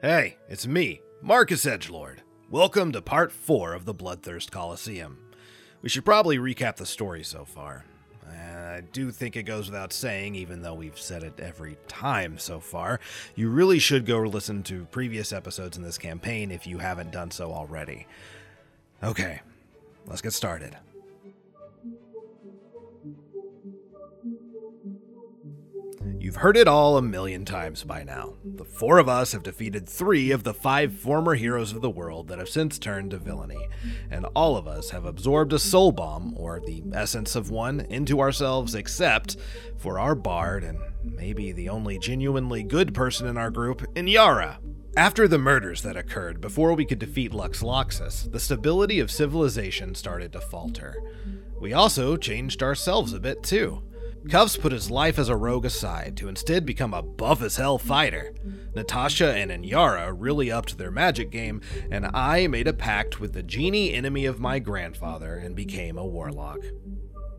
Hey, it's me, Marcus Edgelord. Welcome to part four of the Bloodthirst Coliseum. We should probably recap the story so far. And I do think it goes without saying, even though we've said it every time so far, you really should go listen to previous episodes in this campaign if you haven't done so already. Okay, let's get started. You've heard it all a million times by now. The four of us have defeated three of the five former heroes of the world that have since turned to villainy, and all of us have absorbed a soul bomb, or the essence of one, into ourselves except for our bard and maybe the only genuinely good person in our group, Inyara. After the murders that occurred before we could defeat Lux Loxus, the stability of civilization started to falter. We also changed ourselves a bit too. Cuffs put his life as a rogue aside to instead become a buff as hell fighter. Natasha and Inyara really upped their magic game, and I made a pact with the genie enemy of my grandfather and became a warlock.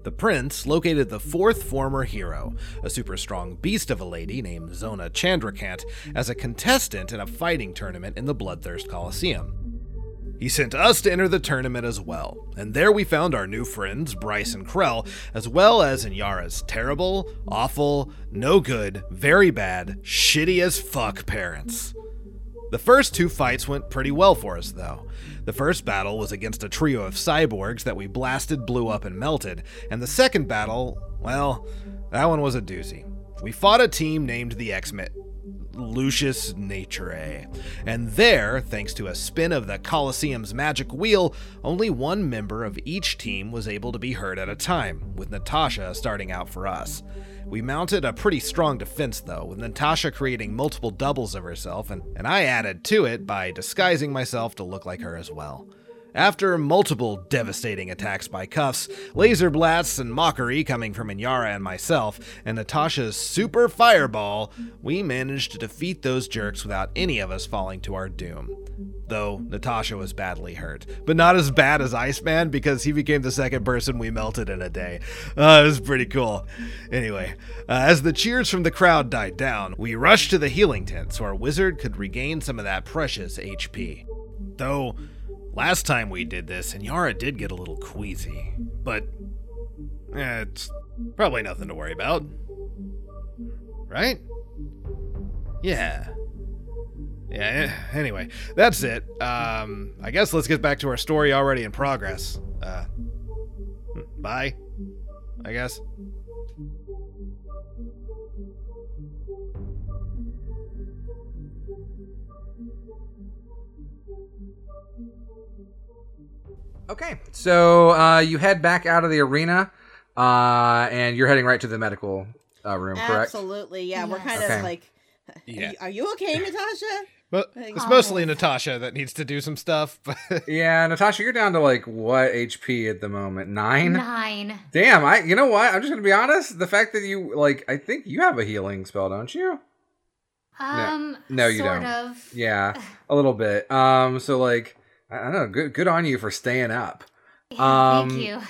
The prince located the fourth former hero, a super strong beast of a lady named Zona Chandrakant, as a contestant in a fighting tournament in the Bloodthirst Coliseum. He sent us to enter the tournament as well, and there we found our new friends, Bryce and Krell, as well as Inyara's terrible, awful, no good, very bad, shitty as fuck parents. The first two fights went pretty well for us, though. The first battle was against a trio of cyborgs that we blasted, blew up, and melted, and the second battle, well, that one was a doozy. We fought a team named the X-Men. Lucius Naturae. And there, thanks to a spin of the Colosseum's magic wheel, only one member of each team was able to be heard at a time, with Natasha starting out for us. We mounted a pretty strong defense, though, with Natasha creating multiple doubles of herself, and, and I added to it by disguising myself to look like her as well. After multiple devastating attacks by cuffs, laser blasts, and mockery coming from Inyara and myself, and Natasha's super fireball, we managed to defeat those jerks without any of us falling to our doom. Though Natasha was badly hurt, but not as bad as Iceman because he became the second person we melted in a day. Uh, it was pretty cool. Anyway, uh, as the cheers from the crowd died down, we rushed to the healing tent so our wizard could regain some of that precious HP. Though, Last time we did this, and Yara did get a little queasy, but eh, it's probably nothing to worry about. Right? Yeah. Yeah, eh, anyway, that's it. Um, I guess let's get back to our story already in progress. Uh, hmm, bye, I guess. Okay, so uh, you head back out of the arena, uh, and you're heading right to the medical uh, room, correct? Absolutely. Yeah, we're Yes. kind Okay. of like, are Yeah. you- are you okay, Natasha? But it's mostly Natasha that needs to do some stuff. Oh, But Yeah, Natasha, you're down to like what HP at the moment? Nine. Nine. Damn, I. You know what? I'm just gonna be honest. The fact that you like, I think you have a healing spell, don't you? Um, No, you sort don't. of. Yeah, a little bit. Um, so like, I I don't know. Good, good on you for staying up. Yeah, Um, Thank you.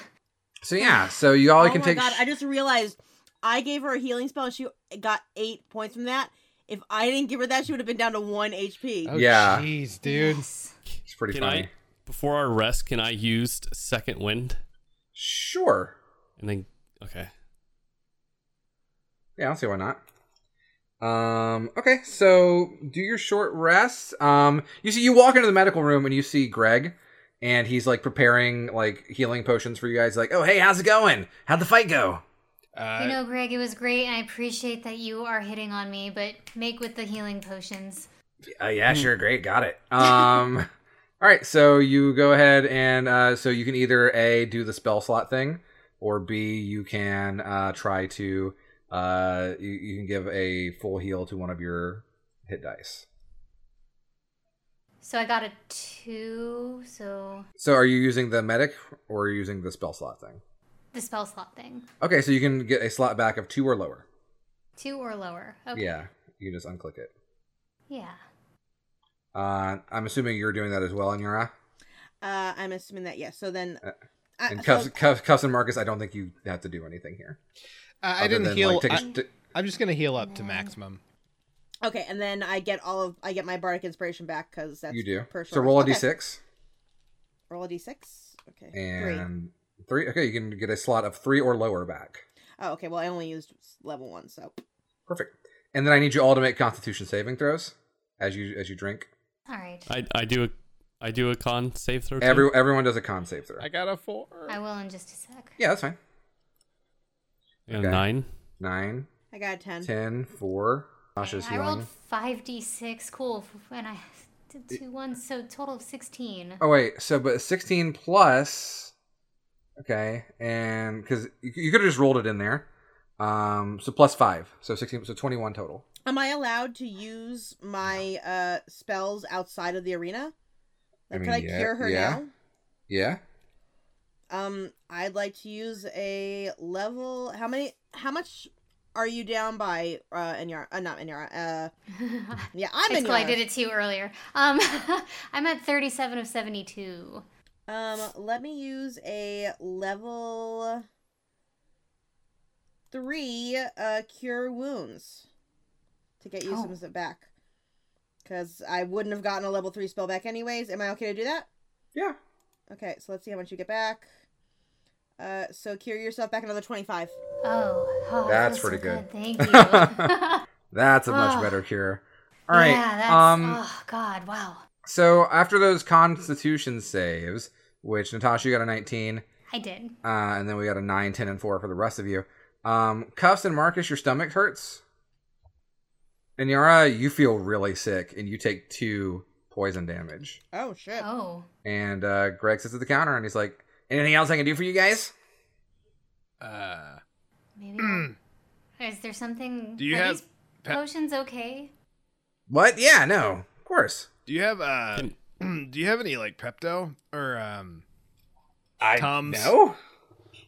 So yeah, so you all oh can my take. god! I just realized I gave her a healing spell. She got eight points from that. If I didn't give her that, she would have been down to one HP. oh, Yeah. jeez, dude. Yes. it's pretty Can funny. I, before our rest, can I use second wind? Sure. And then, okay. Yeah, I don't see why not. Um, okay, so do your short rest. Um, you see, you walk into the medical room and you see Greg, and he's like preparing like healing potions for you guys. Like, oh hey, how's it going? How'd the fight go? Uh, you know, Greg, it was great, and I appreciate that you are hitting on me, but make with the healing potions. Uh, yeah, sure, great, got it. Um, all right, so you go ahead and uh, so you can either a do the spell slot thing, or b you can uh, try to uh, you, you can give a full heal to one of your hit dice. So I got a two, so So are you using the medic or are you using the spell slot thing? the spell slot thing. Okay, so you can get a slot back of two or lower. Two or lower. Okay. Yeah, you just unclick it. Yeah. Uh, I'm assuming you're doing that as well, Anura. Uh, I'm assuming that yes. So then, Uh, I- And so- Cuffs, Cuffs, Cuffs and Marcus, I don't think you have to do anything here. I I Other didn't than, heal. like, take a I- st- I'm just gonna heal up to maximum. Okay, and then I get all of I get my bardic inspiration back because that's you do. Per So roll a okay. d6 Roll a d6. Okay, three. and three. Okay, you can get a slot of three or lower back. Oh, okay. Well, I only used level one, so Perfect. And then I need you all to make Constitution saving throws as you as you drink. All right. I I do a I do a con save throw. too? Every, everyone does a con save throw. I got a four. I will in just a sec. Yeah, that's fine. Yeah, okay. nine. Nine, I got a ten. ten, four. Tasha's I rolled healing. 5d6. Cool. And I did two ones, so total of 16. Oh wait, so but sixteen plus. Okay, and because you, you could have just rolled it in there, um, so plus five, so sixteen, so twenty-one total. Am I allowed to use my uh spells outside of the arena? I Like, mean, can I yeah- cure her yeah. Yeah. now? Um, I'd like to use a level. How many? How much are you down by? Uh, Inyara. Uh, not Inyara. Uh, Oh. yeah, I'm it's Inyara. cool. I did it to you earlier. Um, I'm at 37 of 72. Um, let me use a level three uh cure wounds to get you Oh. some of it back. Cause I wouldn't have gotten a level three spell back anyways. Am I okay to do that? Yeah. Okay, so let's see how much you get back. Uh, so cure yourself back another twenty-five. Oh, oh, it That's feels so pretty good. Thank you. That's a much Ah. better cure. All right. Yeah, that's, um. oh, God, wow. So after those Constitution saves, which Natasha you got a nineteen, I did. uh, and then we got a 9, 10, and four for the rest of you. Um, Cuffs and Marcus, your stomach hurts. And Yara, you feel really sick, and you take two poison damage. Oh shit! Oh, And uh, Greg sits at the counter and he's like, Anything else I can do for you guys? Uh, maybe. Hmm. Is there something. Do you are have these pe- potions okay? What? Yeah, no. Of course. do you have uh, do you have any like Pepto or um, I Tums. No? What?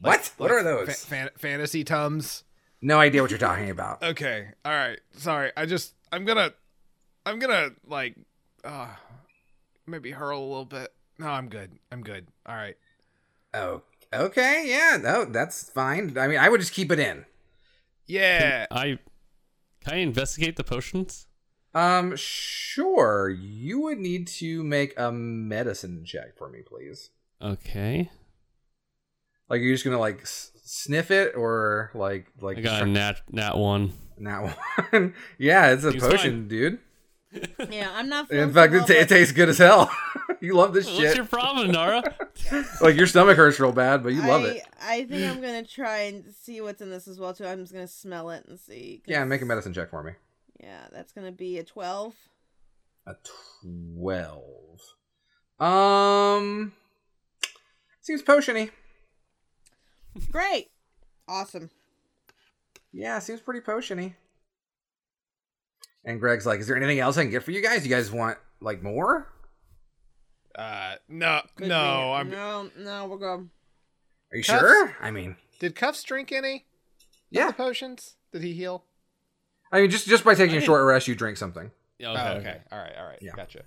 like- what like are those? fa- fan- fantasy tums? no idea what you're talking about. Okay, all right. Sorry, I just I'm gonna I'm gonna like uh, maybe hurl a little bit. No, I'm good. I'm good. All right. oh, okay. Yeah, no, that's fine. I mean, I would just keep it in. Yeah. I can I investigate the potions? Um, sure. You would need to make a medicine check for me, please. Okay. Like, you're just gonna like s- sniff it, or like like I got a nat nat one. that one. yeah, it's a Seems potion, fine. dude. Yeah, I'm not. In feeling so fact, well, it, ta- it but- tastes good as hell. you love this What's shit. your problem, Nara? like your stomach hurts real bad, but you love I, it. I think I'm gonna try and see what's in this as well too. I'm just gonna smell it and see. 'cause- Yeah, make a medicine check for me. Yeah, that's gonna be a twelve. A twelve. Um, seems potiony. Great, awesome. Yeah, seems pretty potiony. And Greg's like, "Is there anything else I can get for you guys? You guys want like more? Uh, no, Good no. man. I'm. no, no, we're good. Are you Cuffs? sure? I mean, Did Cuffs drink any? yeah. of the potions? Did he heal? I mean, just just by I taking a didn't- short rest, you drink something. Yeah, Okay, okay, Oh, okay. All right. All right. Yeah. Gotcha.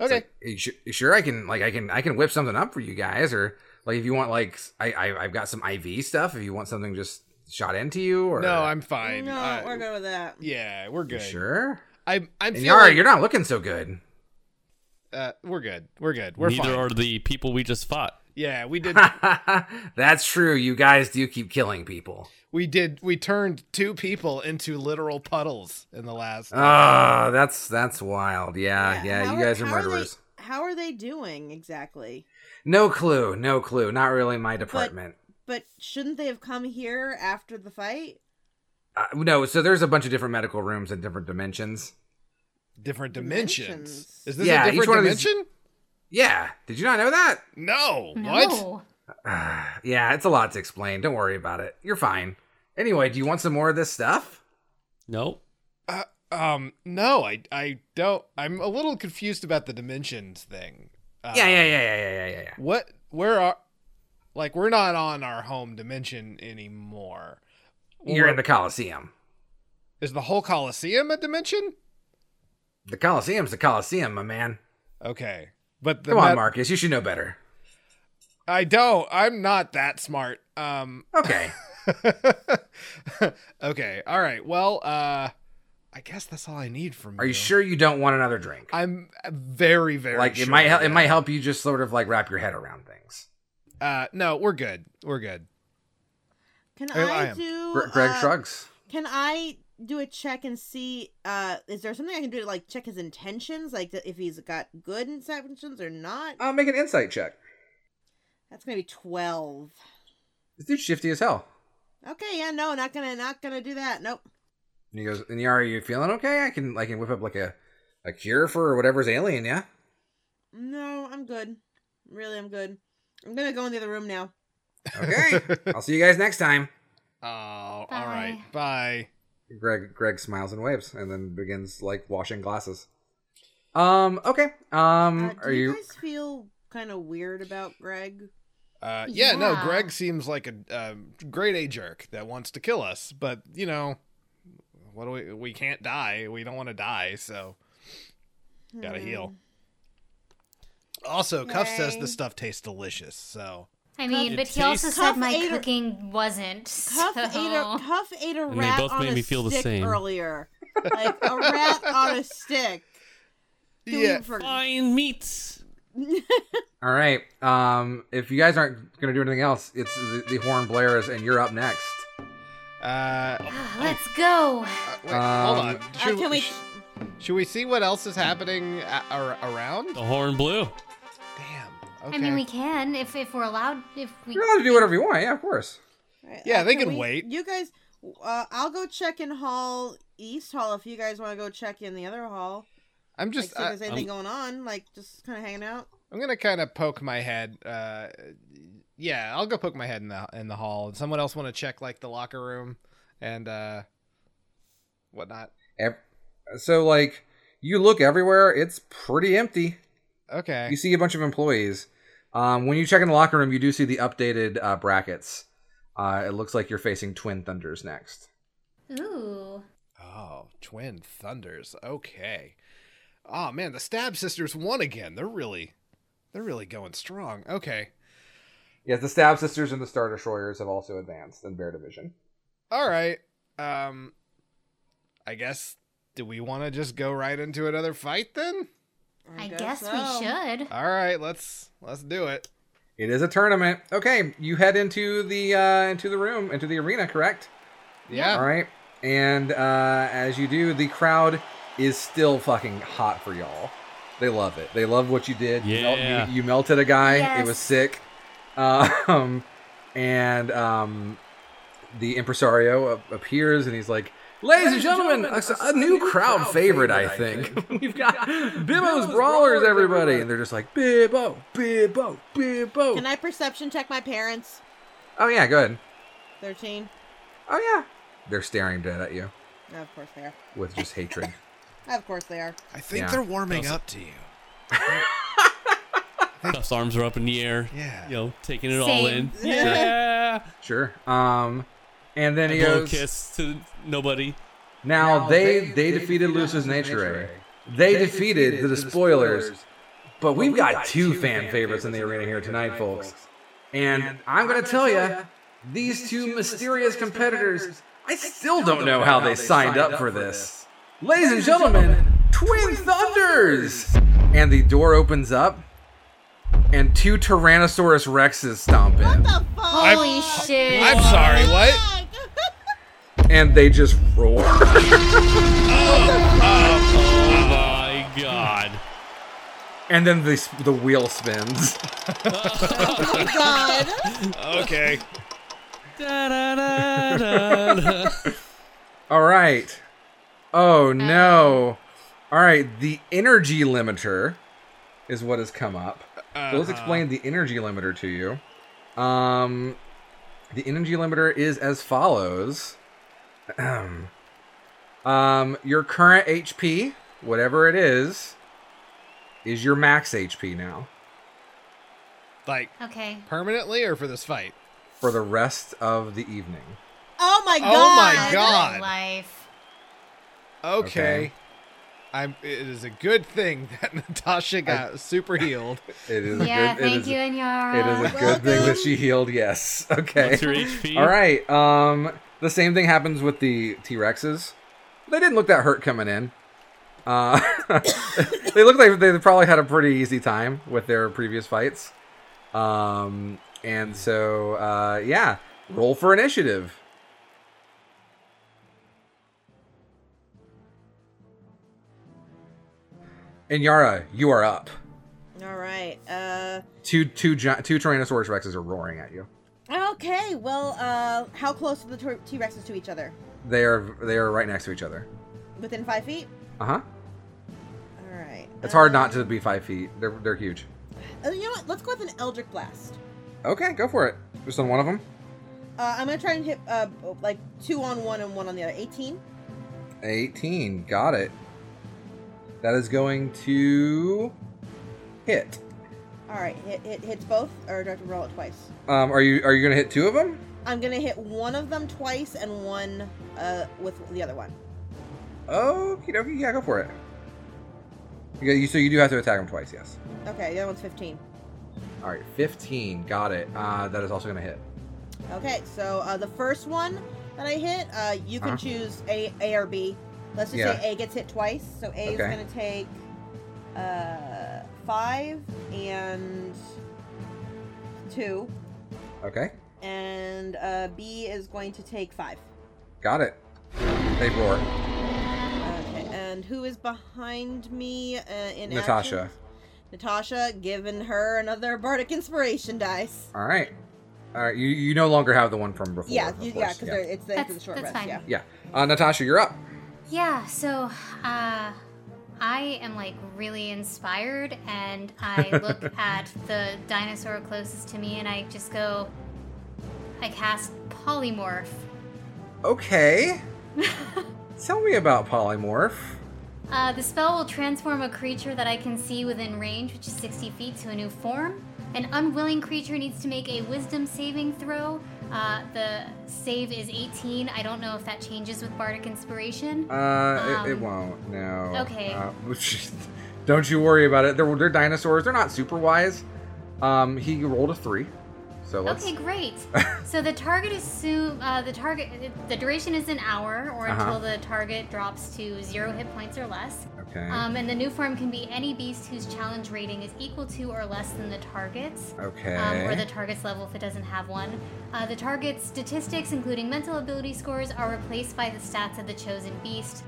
It's Okay. like, you, su- you sure I can like I can I can whip something up for you guys, or like if you want like s- I, I have got some IV stuff. If you want something just shot into you, or no, I'm fine. no, I- we're good with that. Yeah, we're You good. sure. I'm. I'm And feeling. Yara, you're not looking so good. uh, we're good. We're good. We're Neither fine. are the people we just fought. Yeah, we did. That's true. You guys do keep killing people. we did. We turned two people into literal puddles in the last. Ah, that's that's wild. Yeah, Ah, yeah. how you guys are how they- murderers. how are they doing exactly? No clue. No clue. Not really my department. But shouldn't they have come here after the fight? Uh, no. So there's a bunch of different medical rooms and different dimensions. different dimensions. Dimensions. Is this Yeah, a each different one of these- dimension? Yeah. Did you not know that? No. No. What? Ah, yeah, it's a lot to explain. Don't worry about it. You're fine. Anyway, do you want some more of this stuff? Nope. Uh, um. No. I. I don't. I'm a little confused about the dimensions thing. Uh, yeah, yeah, yeah, yeah, yeah, yeah, yeah, yeah. What? Where are? Like we're not on our home dimension anymore. You're Or- in the Coliseum. Is the whole Coliseum a dimension? The Coliseum's the Coliseum, my man. Okay. But the Come on, met- Marcus. You should know better. I don't. I'm not that smart. Um Okay. Okay. All right. Well, uh I guess that's all I need from Are you sure you don't want another drink? I'm very, very like it sure, might help. yeah. It might help you just sort of like wrap your head around things. Uh, no, we're good. We're good. Can I- I I, am. do? Gre- Greg uh, shrugs. Can I do a check and see? Uh, is there something I can do to like check his intentions, like th- if he's got good intentions or not? Uh, make an insight check. That's gonna be twelve. This dude's shifty as hell. Okay, yeah, no, not gonna, not gonna do that. Nope. And he goes, "And you are you feeling okay? I can I can whip up like a, a cure for whatever's alien, yeah." No, I'm good. Really, I'm good. I'm gonna go in the other room now. Okay. I'll see you guys next time. Oh, all right. Bye. Greg Greg smiles and waves, and then begins like washing glasses. Um. Okay. Um. Mm, Uh, do are you, you? guys feel kind of weird about Greg? Uh, yeah, no, Yeah. Greg seems like a um, grade A jerk that wants to kill us, but you know, what do we? We can't die. We don't want to die, so gotta heal. Also, Cuff says Yay. the stuff tastes delicious, so I mean, It but he also tastes- said Cuff my ate her- cooking wasn't. Cuff so. ate a Cuff ate a And they rat both on made a me feel the stick same. earlier, like a rat on a stick. Do we yeah. for- Fine meat. All right. Um. If you guys aren't gonna do anything else, it's the, the horn blares, and you're up next. Uh, Let's go. uh, wait, hold Um, on. Uh, Should, can we- sh- should we see what else is happening a- ar- around? The horn blew. Damn. Okay. I mean, we can if if we're allowed. If we You're allowed to do whatever you want. Yeah, of course. Alright, uh, Yeah, they can we- wait. You guys, uh, I'll go check in Hall East Hall if you guys want to go check in the other hall. I'm Like, see just. if there's I, anything going on, like just kind of hanging out. I'm gonna kind of poke my head. Uh, yeah, I'll go poke my head in the in the hall. And someone else want to check like the locker room and uh, whatnot. Ev- So like, you look everywhere. It's pretty empty. Okay. You see a bunch of employees. Um, when you check in the locker room, you do see the updated uh, brackets. Uh, it looks like you're facing Twin Thunders next. ooh, Oh, twin thunders. Okay. Oh man, the Stab Sisters won again. They're really, they're really going strong. Okay. Yes, the Stab Sisters and the Star Destroyers have also advanced in Bear Division. All right. Um, I guess. Do we want to just go right into another fight then? I, guess, so. we should. All right, let's let's do it. It is a tournament. Okay, you head into the uh, into the room, into the arena, correct? Yeah. All right. And uh, as you do, the crowd is still fucking hot for y'all. They love it. They love what you did. You, mel- Yeah. you, you melted a guy. It Yes. was sick. Um, and um, the impresario a- appears and he's like, Ladies and gentlemen, a, a new crowd, favorite, I think. We've got Bibbo's Brawlers, everybody. And they're just like, Bibbo, Bibbo, Bibbo. Can I perception check my parents? oh, yeah, go ahead. Thirteen. Oh, yeah. They're staring dead at you No, of course they are. with just hatred. Of course they are. I think Yeah. they're warming up to you. Cuff's arms are up in the air. Yeah. You know, taking it all Same. in. Yeah. Sure. Um, and then he Blow goes. kiss to nobody. Now, they, they defeated Luce's Nature. They, defeated, the, spoilers, but we've, got, two fan, favorites in the arena here tonight, folks. And, I'm gonna tell you, these two mysterious competitors. I still don't know how they signed up for this. Ladies and gentlemen, Twin Thunders. And the door opens up, and two Tyrannosaurus Rexes stomp in. The fuck? Holy shit! I'm sorry. What? and they just roar. Ah. Oh my god. And then the the wheel spins. God. Okay. Da-da-da-da-da. All right. Oh no. All right. The energy limiter is what has come up. So let's explain the energy limiter to you. Um, the energy limiter is as follows. Ahem. um, your current HP, whatever it is, is your max HP now like Okay. permanently or for this fight? for the rest of the evening. Oh my god. Oh my God. Life. Okay. Okay. I'm. It is a good thing that Natasha got super healed. It is. a Yeah, good, it thank is- you, It Inyara. is a good thing that she healed. Yes. Okay. What's your HP? All right. Um, the same thing happens with the T Rexes. They didn't look that hurt coming in. Uh, they looked like they probably had a pretty easy time with their previous fights. Um, and so, uh, yeah, roll for initiative. And Yara, you are up. All right. Uh, Two two gi- two Tyrannosaurus Rexes are roaring at you. okay. Well, uh, how close are the T Rexes to each other? They are they are right next to each other. Within five feet. Uh huh. All right. It's hard uh, not to be five feet. They're they're huge. uh, You know what? Let's go with an Eldritch Blast. Okay, go for it. Just on one of them. Uh, I'm gonna try and hit uh, like two on one and one on the other. 18. 18. Got it. That is going to hit. All right. Hit, hit hits both, or do I have to roll it twice? Um, are you are you gonna hit two of them? I'm gonna hit one of them twice and one uh, with the other one. Okie dokie. Yeah, go for it. You, got- you- so you do have to attack them twice. Yes. Okay. The other one's 15. All right. 15. Got it. Uh, that is also gonna hit. Okay. So uh, the first one that I hit, uh, you can Uh-huh. choose A, A or B. Let's just Yeah. say A gets hit twice. So A is Okay. gonna take uh, five and two, Okay. and uh, B is going to take five. Got it. They roar. Okay, Uh, and who is behind me uh, in Natasha. actions? Natasha, giving her another bardic inspiration dice. All right. All right. You you no longer have the one from before. yeah, of you, yeah, course. because it's the, it's the That's- short that's rest. fine. Yeah. yeah. Uh, Natasha, you're up. Yeah, so uh, I am like really inspired, and I look at the dinosaur closest to me, and I just go, I cast polymorph. Okay. Tell me about polymorph. Uh, the spell will transform a creature that I can see within range, which is 60 feet, to a new form. An unwilling creature needs to make a wisdom saving throw. Uh, the save is 18. I don't know if that changes with Bardic Inspiration. Uh, it, it Um, won't. No. okay. Uh, don't you worry about it. They're, they're dinosaurs. They're not super wise. Um, he rolled a three, so let's. Okay, great. so the target assume uh, the target the duration is an hour or Uh-huh. until the target drops to zero hit points or less. Okay. Um, and the new form can be any beast whose challenge rating is equal to or less than the target's. okay. Um, or the target's level if it doesn't have one. Uh, the target's statistics, including mental ability scores, are replaced by the stats of the chosen beast,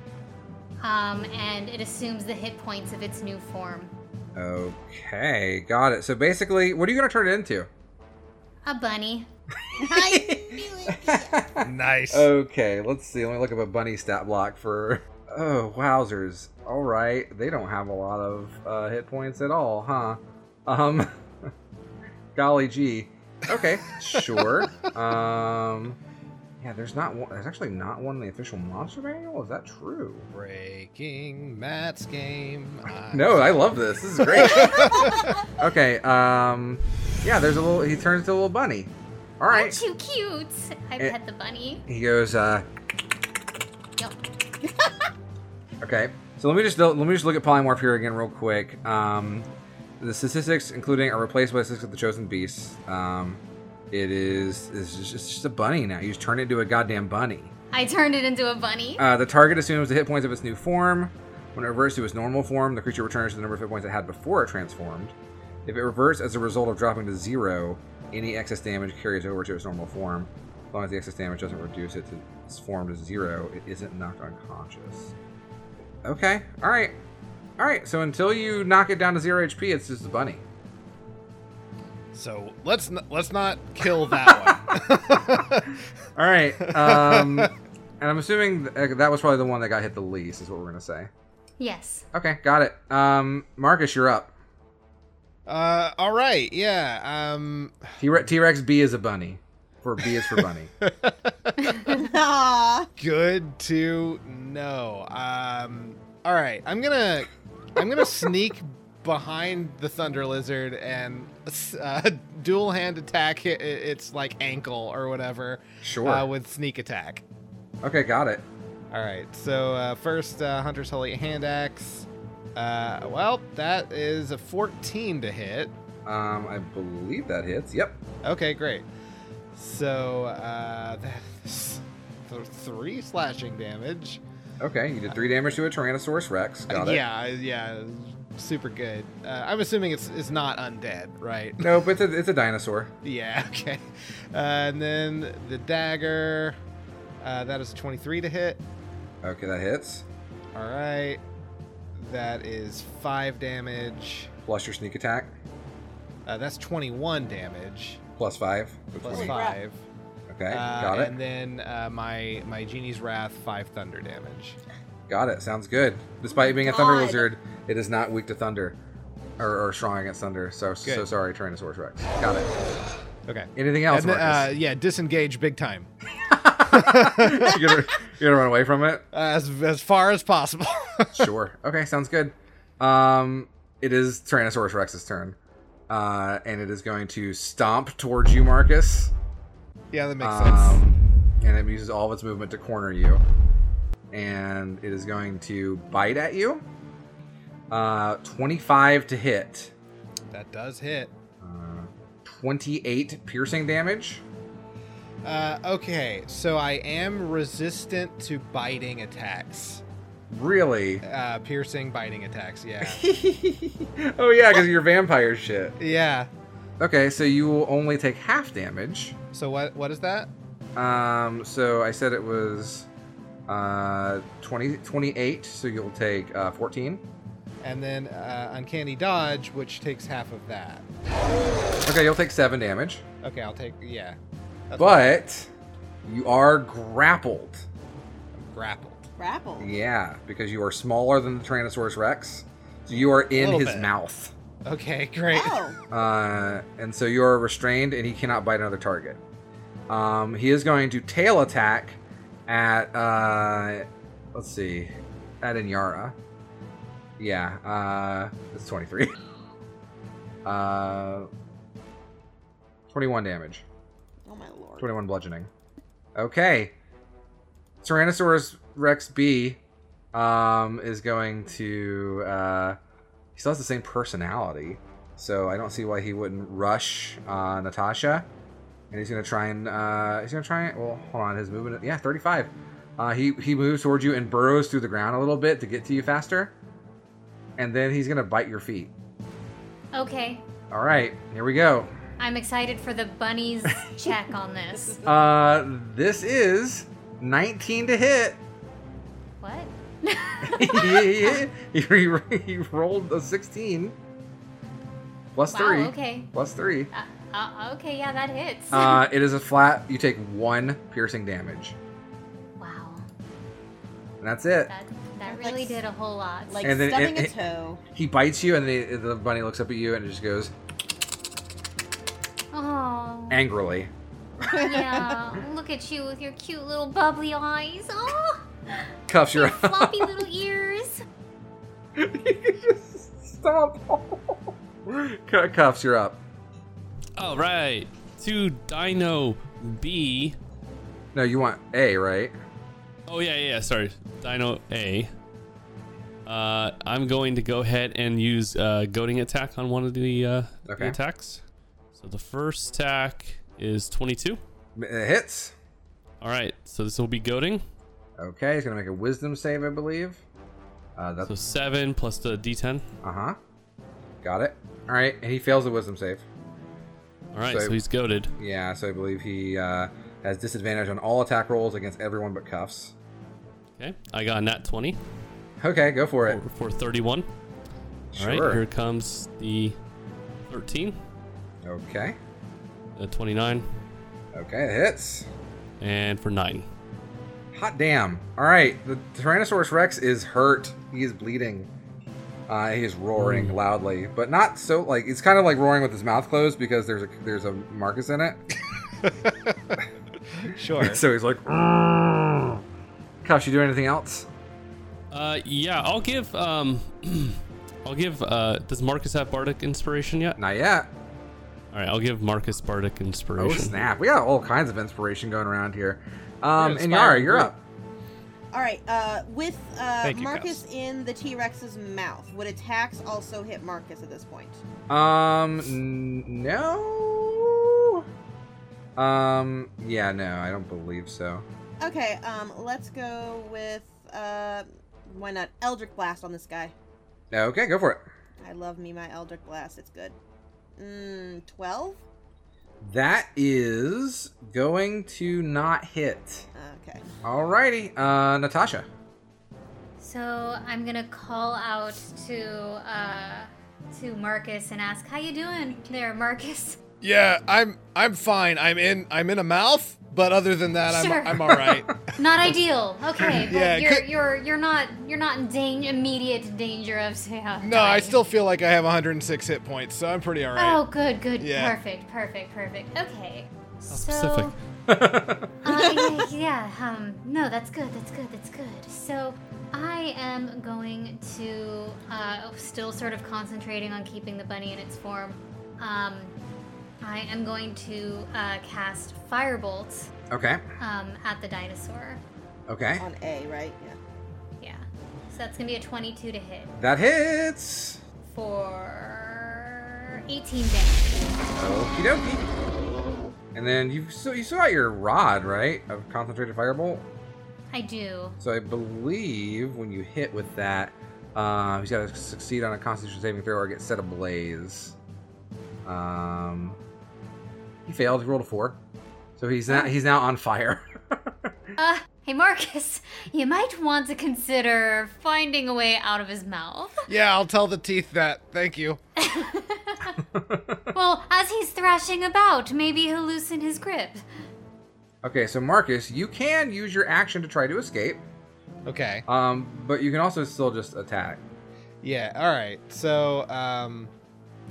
um, and it assumes the hit points of its new form. okay. Got it. So basically, what are you gonna turn it into? A bunny. Nice. Okay. Let's see. Let me look up a bunny stat block for. Oh wowzers! All right, they don't have a lot of uh, hit points at all, huh? Um, golly gee. Okay, sure. um, yeah, there's not one. There's actually not one in the official monster manual. Is that true? Breaking Matt's game. I'm No, I love this. This is great. okay. Um, yeah, there's a little. He turns into a little bunny. All right. Aren't you cute? I Eh. pet the bunny. He goes. Uh, Yup. Okay. So let me just let me just look at polymorph here again real quick. Um, the statistics, including are replaced by statistics of the chosen beast. Um, it is it's just, it's just a bunny now. You just turn it into a goddamn bunny. I turned it into a bunny. Uh, the target assumes the hit points of its new form. When it reverts to its normal form, the creature returns to the number of hit points it had before it transformed. If it reverts as a result of dropping to zero, any excess damage carries over to its normal form. As long as the excess damage doesn't reduce it to its form to zero, it isn't knocked unconscious. Okay, alright. Alright, so until you knock it down to zero HP, it's just a bunny. So let's n- let's not kill that one. Alright, um, and I'm assuming th- uh, that was probably the one that got hit the least, is what we're gonna say. yes. Okay, got it. Um, Marcus, you're up. uh, all right. Yeah. Um. T Rex B is a bunny. For B is for bunny. Aw. Good to know. Um. All right. I'm gonna I'm gonna sneak behind the thunder lizard and uh, dual hand attack hit i- its like ankle or whatever Sure. uh, with sneak attack. okay, got it. All right. So uh, first, uh, Hunter's Holy Hand Axe. Uh, well, that is a 14 to hit. Um, I believe that hits. Yep. Okay, great. So uh, that's th- three slashing damage. Okay, you did three damage to a Tyrannosaurus Rex. Got it. yeah, I- yeah, super good. Uh, I'm assuming it's it's not undead, right? No, but it's a, it's a dinosaur. Yeah, okay. Uh, and then the dagger. Uh, that is 23 to hit. Okay, that hits. All right. That is 5 damage. Plus your sneak attack. Uh, that's 21 damage. Plus five. so plus Holy 20. crap. 5. Okay, Uh, got it. And then uh, my, my Genie's Wrath, 5 thunder damage. Got it. Sounds good. Despite being a thunder God. lizard, it is not weak to thunder, or, or strong against thunder. So so Good. sorry, Tyrannosaurus Rex. Got it. Okay. Anything else? And then, uh, Marcus? yeah, disengage big time. you're, gonna, you're gonna run away from it. Uh, As, as far as possible. Sure. Okay, sounds good. Um, it is Tyrannosaurus Rex's turn, uh, and it is going to stomp towards you, Marcus. yeah, that makes sense. Um, and it uses all of its movement to corner you. And it is going to bite at you. Uh, 25 to hit. That does hit. Uh, 28 piercing damage. Uh, okay, so I am resistant to biting attacks. Really? Uh, piercing biting attacks, yeah. Oh, yeah, because you're vampire shit. yeah. Okay, so you will only take half damage. So what what is that? Um, so I said it was uh, 20, 28, so you'll take uh, 14. And then uh, uncanny dodge, which takes half of that. Okay, you'll take 7 damage. Okay, I'll take yeah. That's But you are grappled. grappled. Grapple. Yeah, because you are smaller than the Tyrannosaurus Rex. So you are in Little his bit. mouth. Okay, great. Oh, Uh, and so you are restrained and he cannot bite another target. Um, he is going to tail attack at, uh, let's see, at Inyara. Yeah, uh, it's 23. uh, 21 damage. oh my lord. 21 bludgeoning. Okay. Tyrannosaurus Rex B um, is going to. Uh, he still has the same personality, so I don't see why he wouldn't rush uh, Natasha. And he's going to try and. Uh, he's going to try and. Well, hold on. His movement. Yeah, 35. Uh, he, he moves towards you and burrows through the ground a little bit to get to you faster. And then he's going to bite your feet. Okay, All right, here we go. I'm excited for the bunny's check on this. Uh, this is 19 to hit. What? he, he, he rolled a 16 plus wow. 3 Okay. plus 3 Uh, uh, okay. Yeah, that hits. uh, it is a flat you take one piercing damage wow. and that's it That that That's really like- did a whole lot. Like And then stubbing it- a toe. he bites you and the, the bunny looks up at you and it just goes oh. angrily yeah. Look at you with your cute little bubbly eyes. Oh. cuffs your floppy little ears. stop Cu- cuffs you're up All right. To Dino B. no you want a right Oh yeah, yeah. yeah, Sorry, Dino A. Uh, I'm going to go ahead and use uh, goading attack on one of the, uh, the Okay. attacks. So the first attack is it 22. uh, hits All right, so this will be goading. okay he's gonna make a wisdom save i believe uh, that's So seven plus the D10. uh-huh got it all right and he fails the wisdom save All right, So- so he's goaded. Yeah, so I believe he uh, has disadvantage on all attack rolls against everyone but cuffs. Okay, I got a nat 20 Okay, go for it. for, for 31. All Sure. right, here comes the 13, Okay. a 29, Okay, it hits. and for nine. Hot damn. All right, the Tyrannosaurus Rex is hurt. He is bleeding. Uh, he is Hmm. roaring loudly, but not so like it's kind of like roaring with his mouth closed because there's a there's a Marcus in it. Sure. so he's like, "Urgh." "Cuffs, you do anything else?" Uh, yeah, I'll give um, I'll give uh, does Marcus have bardic inspiration yet? Not yet. All right, I'll give Marcus bardic Oh inspiration. snap! We got all kinds of inspiration going around here. Um, You're and Yara, inspiring you're group. up. All right. Uh, with uh, Thank you, Marcus in the T Rex's mouth, would attacks also hit Marcus at this point? Um, n- no. Um, yeah, no, I don't believe so. Okay. Um, let's go with uh, why not Eldritch Blast on this guy? Okay, go for it. I love me my Eldritch Blast. It's good. Mm, twelve. That is going to not hit. Okay. Alrighty, uh, Natasha. So I'm gonna call out to uh, to Marcus and ask, "How you doing there, Marcus?" Yeah, I'm I'm fine. I'm in I'm in a mouth, but other than that, Sure. I'm I'm all right. Not ideal. Okay, but Yeah, you're, could- you're you're not you're not in dang- immediate danger of yeah, No, I dying. still feel like I have 106 hit points, so I'm pretty all right. Oh, good, good, Yeah. perfect, perfect, perfect. Okay. so, specific. uh, yeah, um, no, that's good, that's good, that's good. So, I am going to, uh, still sort of concentrating on keeping the bunny in its form. Um, I am going to uh, cast Firebolt Okay, um, at the dinosaur. okay. On A, right? Yeah. Yeah. So that's gonna be a 22 to hit That hits. for 18 damage. Okie dokie. And then you so you still got your rod, right? Of concentrated firebolt. I do. So I believe when you hit with that, uh, he's got to succeed on a Constitution saving throw or get set ablaze. Um, he failed. He rolled a four, so he's Ah. now he's now on fire. Uh, hey Marcus, you might want to consider finding a way out of his mouth. Yeah, I'll tell the teeth that. Thank you. Well, as he's thrashing about, maybe he'll loosen his grip. okay, so Marcus, you can use your action to try to escape, Okay. um, but you can also still just attack. Yeah. All right. So, um,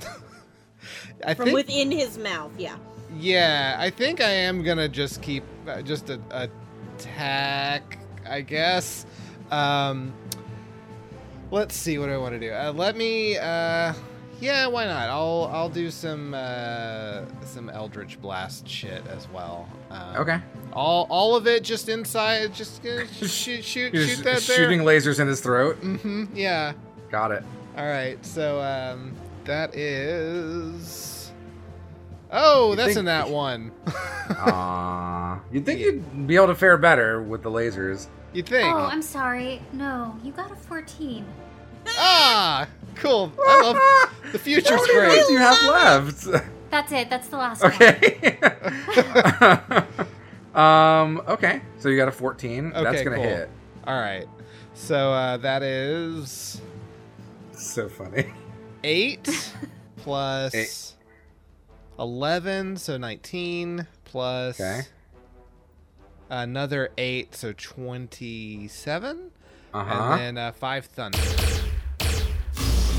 I From think within his mouth. Yeah. yeah, I think I am gonna just keep uh, just a, attack. I guess. Um, let's see what do I want to do. Uh, let me. Uh, yeah, why not? I'll I'll do some uh, some Eldritch Blast shit as well. Um, Okay, All all of it just inside. Just uh, shoot shoot He's shoot that there. shooting lasers in his throat. Mm-hmm. Yeah. Got it. All right, so um, that is. Oh, You that's think- in that one. Aww. You'd think you'd be able to fare better with the lasers. you think? Oh, I'm sorry. No, you got a 14. ah, cool. I love the How future's many great. rounds do you have left? That's it. That's the last one. Okay. um. Okay. So you got a fourteen. That's Okay, gonna cool. hit. All right, so uh, that is So funny. eight plus Eight. eleven, so nineteen plus Okay. another eight, so twenty-seven, Uh and huh. then uh, five thunder.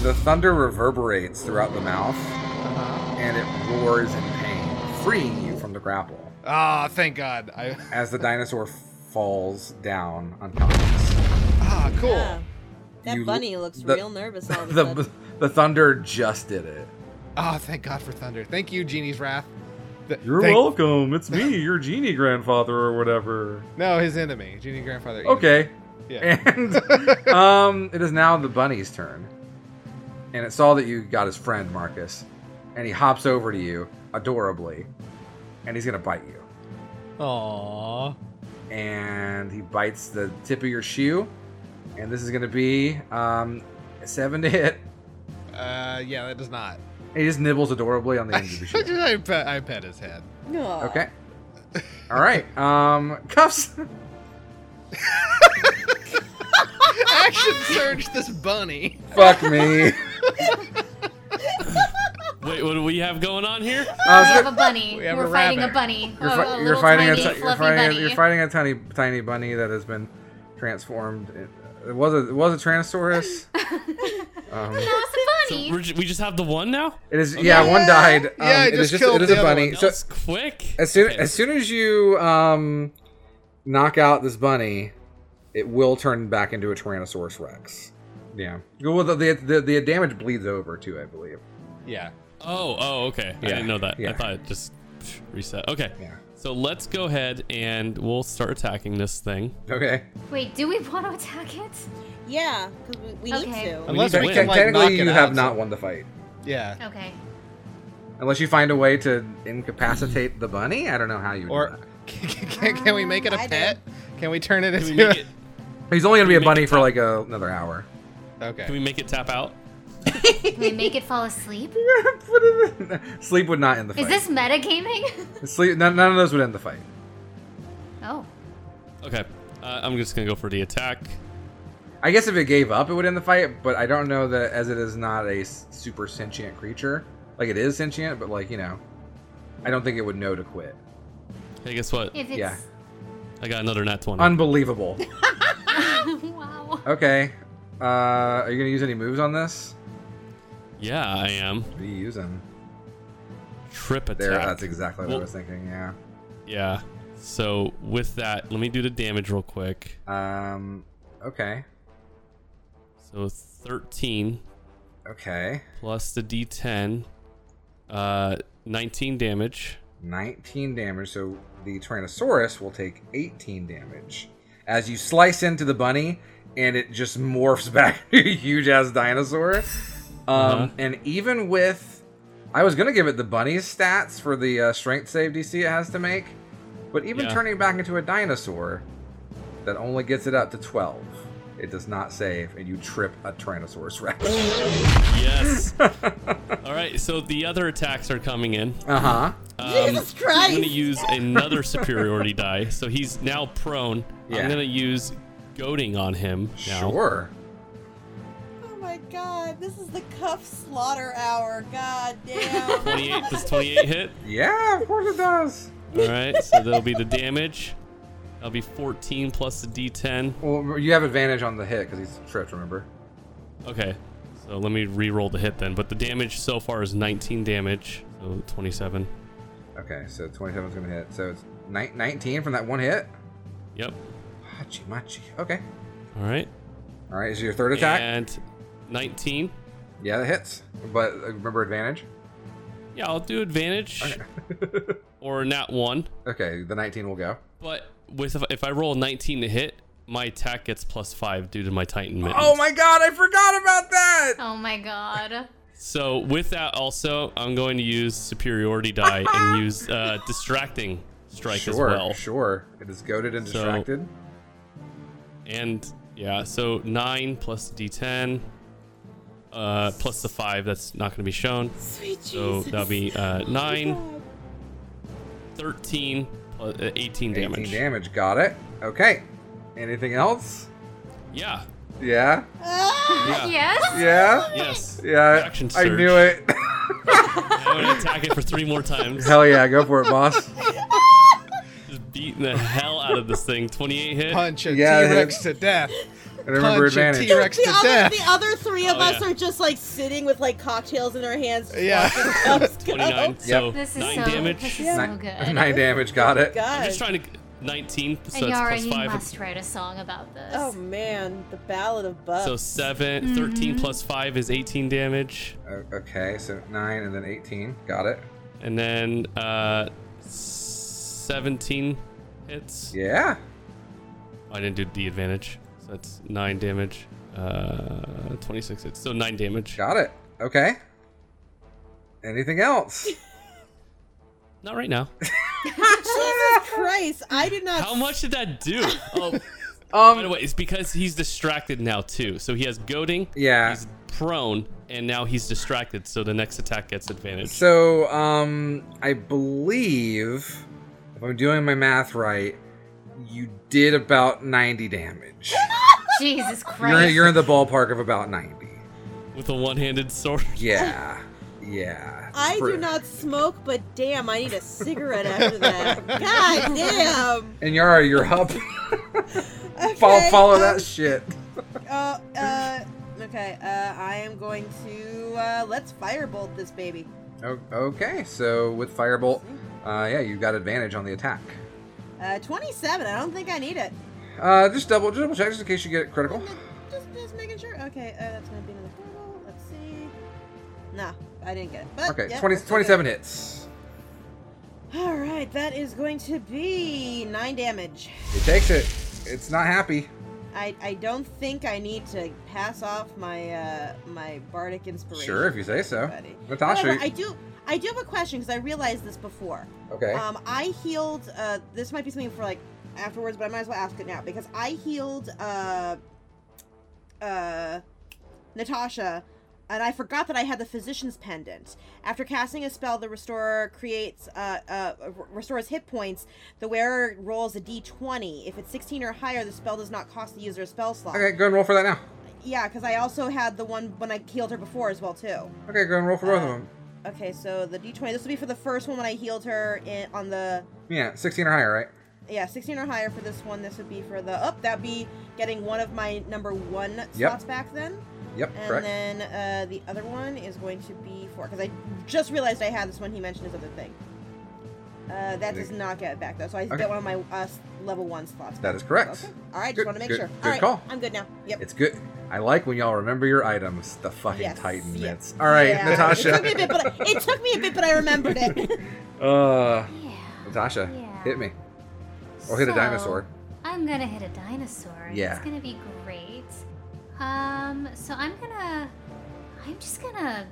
The thunder reverberates throughout the mouth, Uh-huh. and it roars in pain, freeing you from the grapple Ah, thank God. I as the dinosaur falls down unconscious. ah, cool. Yeah. That You- bunny looks the- real nervous all of a sudden. The the thunder just did it. Oh, thank God for thunder. Thank you, Genie's Wrath. Th- You're thank- welcome. It's me, your genie grandfather or whatever. No, his enemy, Genie Grandfather. enemy. Okay. Yeah. And um, it is now the bunny's turn. And it saw that you got his friend, Marcus. And he hops over to you, adorably. And he's going to bite you. Aww. And he bites the tip of your shoe. And this is going to be um, seven to hit. Uh, yeah, that does not. And he just nibbles adorably on the I, end of your shoe. I pet, I pet his head. No. Okay. All right. Um, cuffs. Action surge this bunny. Fuck me. Wait, what do we have going on here? Uh, We so- have a bunny. We have a are fighting a rabbit. bunny. You're, Oh, fi- a you're little fighting tiny, a ti- you're fluffy fighting bunny. a, you're fighting a tiny tiny bunny that has been transformed. It, it was a it was a Tyrannosaurus. um, No, it's a bunny. So we're ju- we just have the one now? it is yeah, one died. Um, Yeah, I it is just killed it is the a other bunny. one. So That's quick. as soon Okay. as soon as you um, knock out this bunny, it will turn back into a Tyrannosaurus Rex. Yeah. Well, the the, the, the damage bleeds over too, I believe. Yeah. Oh, oh, okay. I Yeah, didn't know that. yeah. I thought it just psh, reset. Okay. Yeah. So let's go ahead and we'll start attacking this thing. Okay. Wait, do we want to attack it? Yeah, because we, we Okay. need to. Unless need we to can like win. knock Technically, it you out, have so- not won the fight. Yeah. Okay. Unless you find a way to incapacitate the bunny, I don't know how you. would do Or that. can, can, can we make it a I did. pet? Can we turn it Can we into? make it? He's only gonna be a Can we make bunny it for like a, another hour. Can Okay. we make it tap out? Can we make it fall asleep? Put it in- Sleep would not end the fight. Is this metagaming? Sleep, none, none of those would end the fight. oh. Okay. Uh, I'm just gonna go for the attack. I guess if it gave up, it would end the fight, but I don't know that as it is not a s- super sentient creature. Like it is sentient, but like you know, I don't think it would know to quit. Hey, guess what? If it's. Yeah. I got another nat 20. Unbelievable. wow. okay, uh, are you gonna use any moves on this? yeah, I am. What do you use them? Trip attack. There, that's exactly what Well- I was thinking. Yeah. Yeah. So with that, let me do the damage real quick. Um. Okay. So 13 Okay. plus the d10, uh, 19 damage. 19 damage. So the Tyrannosaurus will take 18 damage as you slice into the bunny, and it just morphs back into a huge ass dinosaur. Um, Uh-huh. And even with, I was gonna give it the bunny's stats for the uh, strength save DC it has to make, but even Yeah. turning back into a dinosaur, that only gets it up to 12. It does not save, and you trip a Tyrannosaurus Rex. Yes. All right. So the other attacks are coming in. Uh huh. Um, Jesus I'm going Christ! to use another superiority die. So he's now prone. Yeah. I'm going to use goading on him now. Sure. Oh my god, this is the cuff slaughter hour. God damn. 28 does 28 hit. Yeah, of course it does. All right. So that'll be the damage. That'll be 14 plus the d10. Well, you have advantage on the hit because he's tripped, remember? Okay. So let me re-roll the hit then. But the damage so far is 19 damage. So 27. Okay, so 27 is going to hit. So it's ni- 19 from that one hit. Yep. Hachi machi. Okay. All right. All right, is your third attack? And 19. Yeah, that hits. But uh, remember advantage? Yeah, I'll do advantage or not one. Okay, the 19 will go. But with if, if I roll a 19 to hit, my attack gets plus five due to my Titan mittens. Oh my god, I forgot about that! Oh my god. So with that, also, I'm going to use superiority die and use uh, distracting strike sure, as well. sure. It is goaded and So- distracted. And yeah, so nine plus D10, uh, plus the five that's not going to be shown. Sweet Jesus. So that'll be uh, Oh my nine, God. 13, plus, uh, 18 damage. 18 damage, got it. Okay. Anything else? Yeah. Yeah? Ah! Yeah. Yes? Yeah? Yes. Yeah. Action I surge. knew it. I'm going to attack it for three more times. Hell yeah, go for it, boss. Just beating the hell out of this thing. 28 hit. Punch a Yeah, it T-Rex hits. to death. And remember Punch a advantage. T-Rex The to other, death. the other three of Oh, us yeah. are just like sitting with like cocktails in our hands. just Yeah. watching cuffs go. 29. So This is 9 so damage. This is so Nine, good. nine damage, got it. God. I'm just trying to. 19, so Ayara, it's you plus 5. must write a song about this. Oh man, the Ballad of Buck. So 7, 13 plus 5 is 18 damage. O- Okay, so nine and then eighteen. Got it. And then uh, 17 hits. Oh, Yeah. I didn't do the advantage. So that's 9 damage. Uh, 26 hits. So 9 damage. Got it. Okay. Anything else? Not right now. Jesus Christ, I did not. How much did that do? Oh, by the Um. way, it's because he's distracted now, too. So he has goading, Yeah. he's prone, and now he's distracted. So the next attack gets advantage. So, um, I believe, if I'm doing my math right, you did about ninety damage. Jesus You're Christ. you're in the ballpark of about ninety. With a one handed sword. Yeah. Yeah. I For- do not smoke, but damn, I need a cigarette after that. God damn. And Yara, you're up. Okay, follow follow um, that shit. Uh, uh, okay, uh, I am going to uh, let's firebolt this baby. O- Okay. So with firebolt, uh, yeah, you've got advantage on the attack. Uh, 27. I don't think I need it. Uh, just double, just double check, just in case you get it critical. Just, just making sure. Okay, uh, that's gonna be another fireball. Let's see. Nah, I didn't get it. But, Okay, yeah, 20, that's okay. 27 hits. All right, that is going to be nine damage. It takes it. It's not happy. I, I don't think I need to pass off my uh, my bardic inspiration. Sure, if you say so. Buddy. Natasha. However, I do I do have a question because Um, I realized this before. okay. Um, I healed. Uh, this might be something for like afterwards, but I might as well ask it now because I healed uh, uh, Natasha, and I forgot that I had the physician's pendant. After casting a spell, the restorer creates uh, uh, r- restores hit points. The wearer rolls a d20. If it's 16 or higher, the spell does not cost the user a spell slot. Okay, go and roll for that now. Yeah, because I also had the one when I healed her before as well too. Okay, go and roll for both of Uh, them. Okay, so the d20. This will be for the first one when I healed her in, on the Yeah, 16 or higher, right? yeah 16 or higher for this one. This would be for the up. that'd be getting one of my number one Yep. slots back then. Yep, And correct. then uh, the other one is going to be for because I just realized I had this one. He mentioned his other thing. Uh, that does not get it back though, so I Okay. get one of my uh, s- level one slots. That back. is correct. Okay. All right, Good- just want to make good- sure. good All right, call. I'm good now. Yep. It's good. I like when y'all remember your items. The fucking Yes, Titan yeah. bits. All right, Yeah. It took me Natasha. a bit, but I, it took me a bit, but I remembered it. uh, Yeah. Natasha, Yeah. hit me. Or Oh, hit a So, dinosaur. I'm gonna hit a dinosaur. and Yeah. It's gonna be great. Um, so I'm gonna, I'm just gonna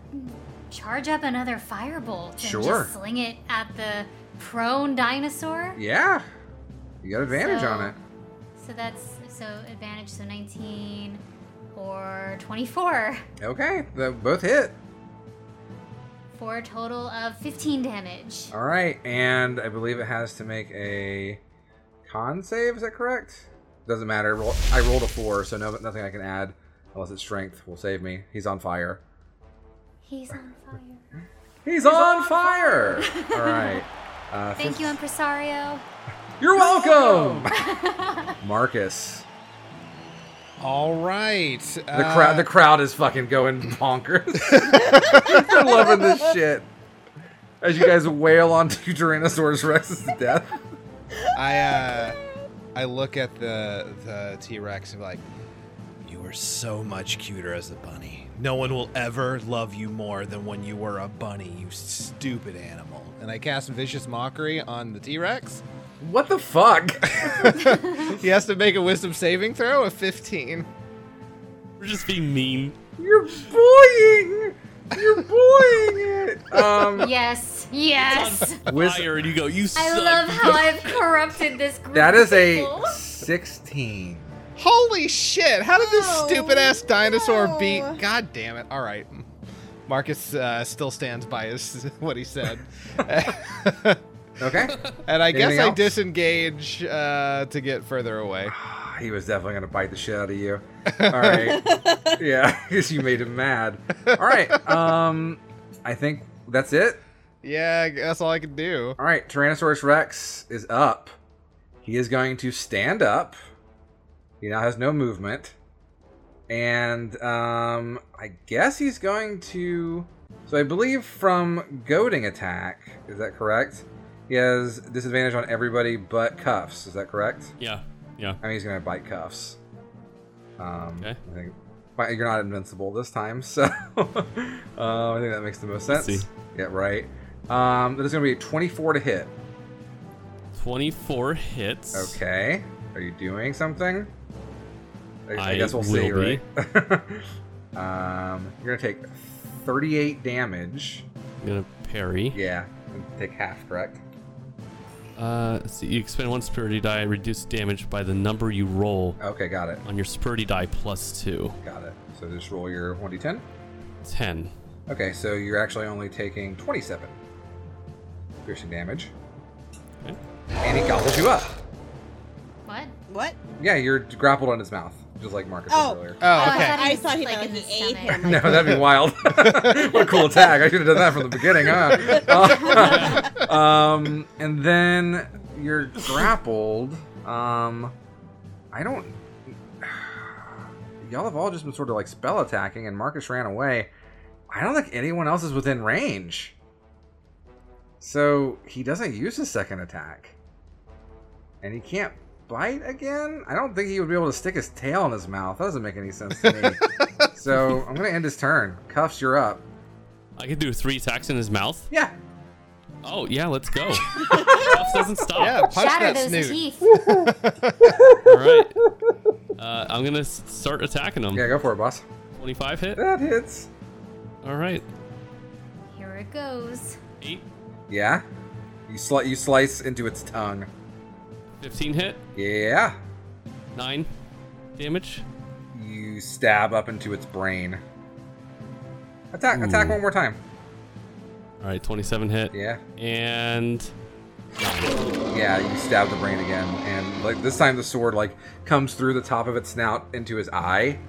charge up another firebolt and Sure. just sling it at the prone dinosaur. Yeah. You got advantage So- on it. So that's so advantage. So 19 or 24 Okay, the, both hit. for a total of 15 damage. All right, and I believe it has to make a con save. Is that correct? Doesn't matter. Roll, I rolled a four, so no, nothing I can add unless it's strength will save me. He's on fire. He's on fire. He's, on, fire. All right. Uh, Thank fif- you, Impresario. You're welcome, Marcus. All right. The crowd. The crowd is fucking going bonkers. I'm loving this shit. As you guys wail onto Tyrannosaurus Rex's death. I uh, I look at the the T Rex and be like, You were so much cuter as a bunny. No one will ever love you more than when you were a bunny, you stupid animal. and I cast vicious mockery on the T Rex. What the fuck? He has to make a wisdom saving throw of 15. We're just being mean. You're boying. You're boying it. Um, Yes, yes. wis- Fire, and you go. You I suck. love how I've corrupted this group. that of is a people. 16. Holy shit! How did this Oh, stupid ass dinosaur no. beat? God damn it! All right, Marcus uh, still stands by his what he said, Okay. and I guess Anything I else? disengage uh, to get further away. Ah, He was definitely gonna bite the shit out of you. All right. yeah, because you made him mad. All right. Um, I think that's it. Yeah, that's all I can do. All right. Tyrannosaurus Rex is up. He is going to stand up. He now has no movement, and um, I guess he's going to. So I believe from goading attack. Is that correct? He has disadvantage on everybody but cuffs. Is that correct? Yeah, yeah. I mean, he's gonna bite cuffs. Um, Okay. I think, but you're not invincible this time, so uh, I think that makes the most Let's sense. see. Yeah, right. Um, that is gonna be a 24 to hit. Twenty-four hits. Okay. Are you doing something? I, I I guess we'll see, will be. right? um, you're gonna take 38 damage. I'm gonna parry. Yeah, and take half, correct? Uh, let's see, you expend one spirity die, reduce damage by the number you roll Okay, got it. on your spirity die plus two. Got it. So just roll your 1d10. Ten. Okay, so you're actually only taking 27 piercing damage. Okay. And he gobbles you up. What? What? Yeah, you're grappled on his mouth, just like Marcus Oh. said earlier. Oh, I okay. thought I he thought was he like meant in he his ate stomach. him. No, that'd be wild. what a cool attack. I should have done that from the beginning, huh? Uh, um, and then you're grappled. Um, I don't. Y'all have all just been sort of like spell attacking, and Marcus ran away. I don't think anyone else is within range. So he doesn't use his second attack. And he can't bite again? I don't think he would be able to stick his tail in his mouth. That doesn't make any sense to me. so I'm gonna end his turn. Cuffs, you're up. I could do three attacks in his mouth. Yeah. Oh yeah, let's go. Cuffs doesn't stop. Yeah, punch Shatter that those snoot. teeth. All right. Uh, I'm gonna s- start attacking him. Yeah, go for it, boss. Twenty-five hit. That hits. All right. Here it goes. Eight. Yeah. You sli- you slice into its tongue. 15 hit, Yeah. 9 damage. You stab up into its brain. Attack! Attack Ooh. one more time. All right, 27 hit. Yeah. And Yeah. You stab the brain again, and like this time the sword like comes through the top of its snout into his eye,